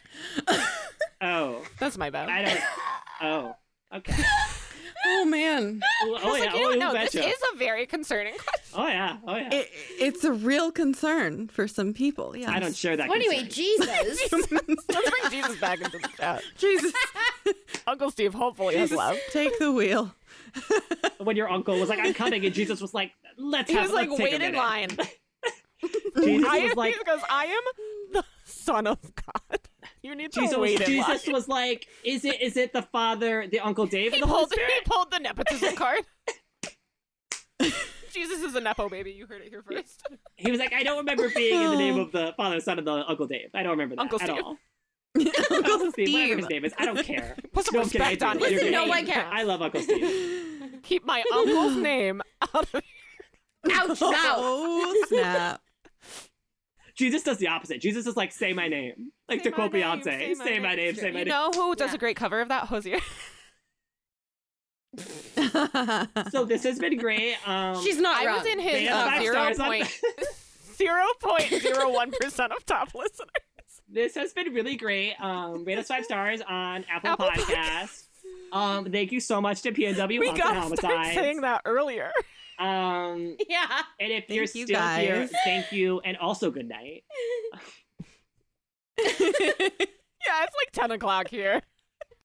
Oh.
That's my bad.
I don't. Oh. Okay.
<laughs>
Oh man.
Well, oh,
like,
yeah.
you
oh,
don't
you
know. This
betcha.
is a very concerning question.
oh, yeah. Oh, yeah.
It, it's a real concern for some people. Yeah.
<laughs> I don't share that.
Well, anyway,
concern.
Jesus.
Let's bring <laughs> Jesus back into the chat.
Jesus.
Uncle Steve hopefully has left.
<laughs> Take the wheel.
when your uncle was like,
<laughs>
"I'm coming," and Jesus was like, "Let's."
He
have,
was like,
let's
wait
take a
in
minute."
line.
<laughs> Jesus
<laughs> I
was
am
like,
because I am the son of God. <laughs> You need to
Jesus,
wait in line.
Jesus was like, "Is it? Is it the Father, the Uncle
<laughs>
Dave,
He
and the Holy
pulled,
Spirit?"
he pulled the <laughs> nepotism card. Jesus is a nepo baby. You heard it here first.
He was like, "I don't remember being in the name of the Father, Son, and the Uncle Dave. I don't remember that
Oh. Uncle
at
Steve. <laughs>
all."
Uncle
whatever
Steve.
his name is, I don't care.
Put some
No, I'm kidding, I
respect
do.
on
You're
his
great.
Listen, no
name.
one cares.
I love Uncle Steve.
<laughs> <laughs> Keep my uncle's name out of
<laughs>
Ouch! Ouch!
Oh snap!
Jesus does the opposite. Jesus is like, "Say my name," like
Say
to quote
my name,
Beyonce,
say my
"Say my name,
name."
say my
You
name."
know who does
Yeah.
a great cover of that? Hosier.
<laughs>
So this has
<laughs>
been great. Um,
She's not
I
wrong.
was in his
Yeah,
uh,
five
zero
stars on- <laughs>
point zero point zero one percent of top listeners.
this has been really great. Um, rate us five stars on Apple,
Apple
Podcasts. Um, thank you so much to PNW
We
Haunted
got to start
Homicides.
saying that earlier. <laughs>
Um,
Yeah.
and if you're
Thank you,
still here,
guys.
thank you, and also good night.
Yeah, it's like ten o'clock here.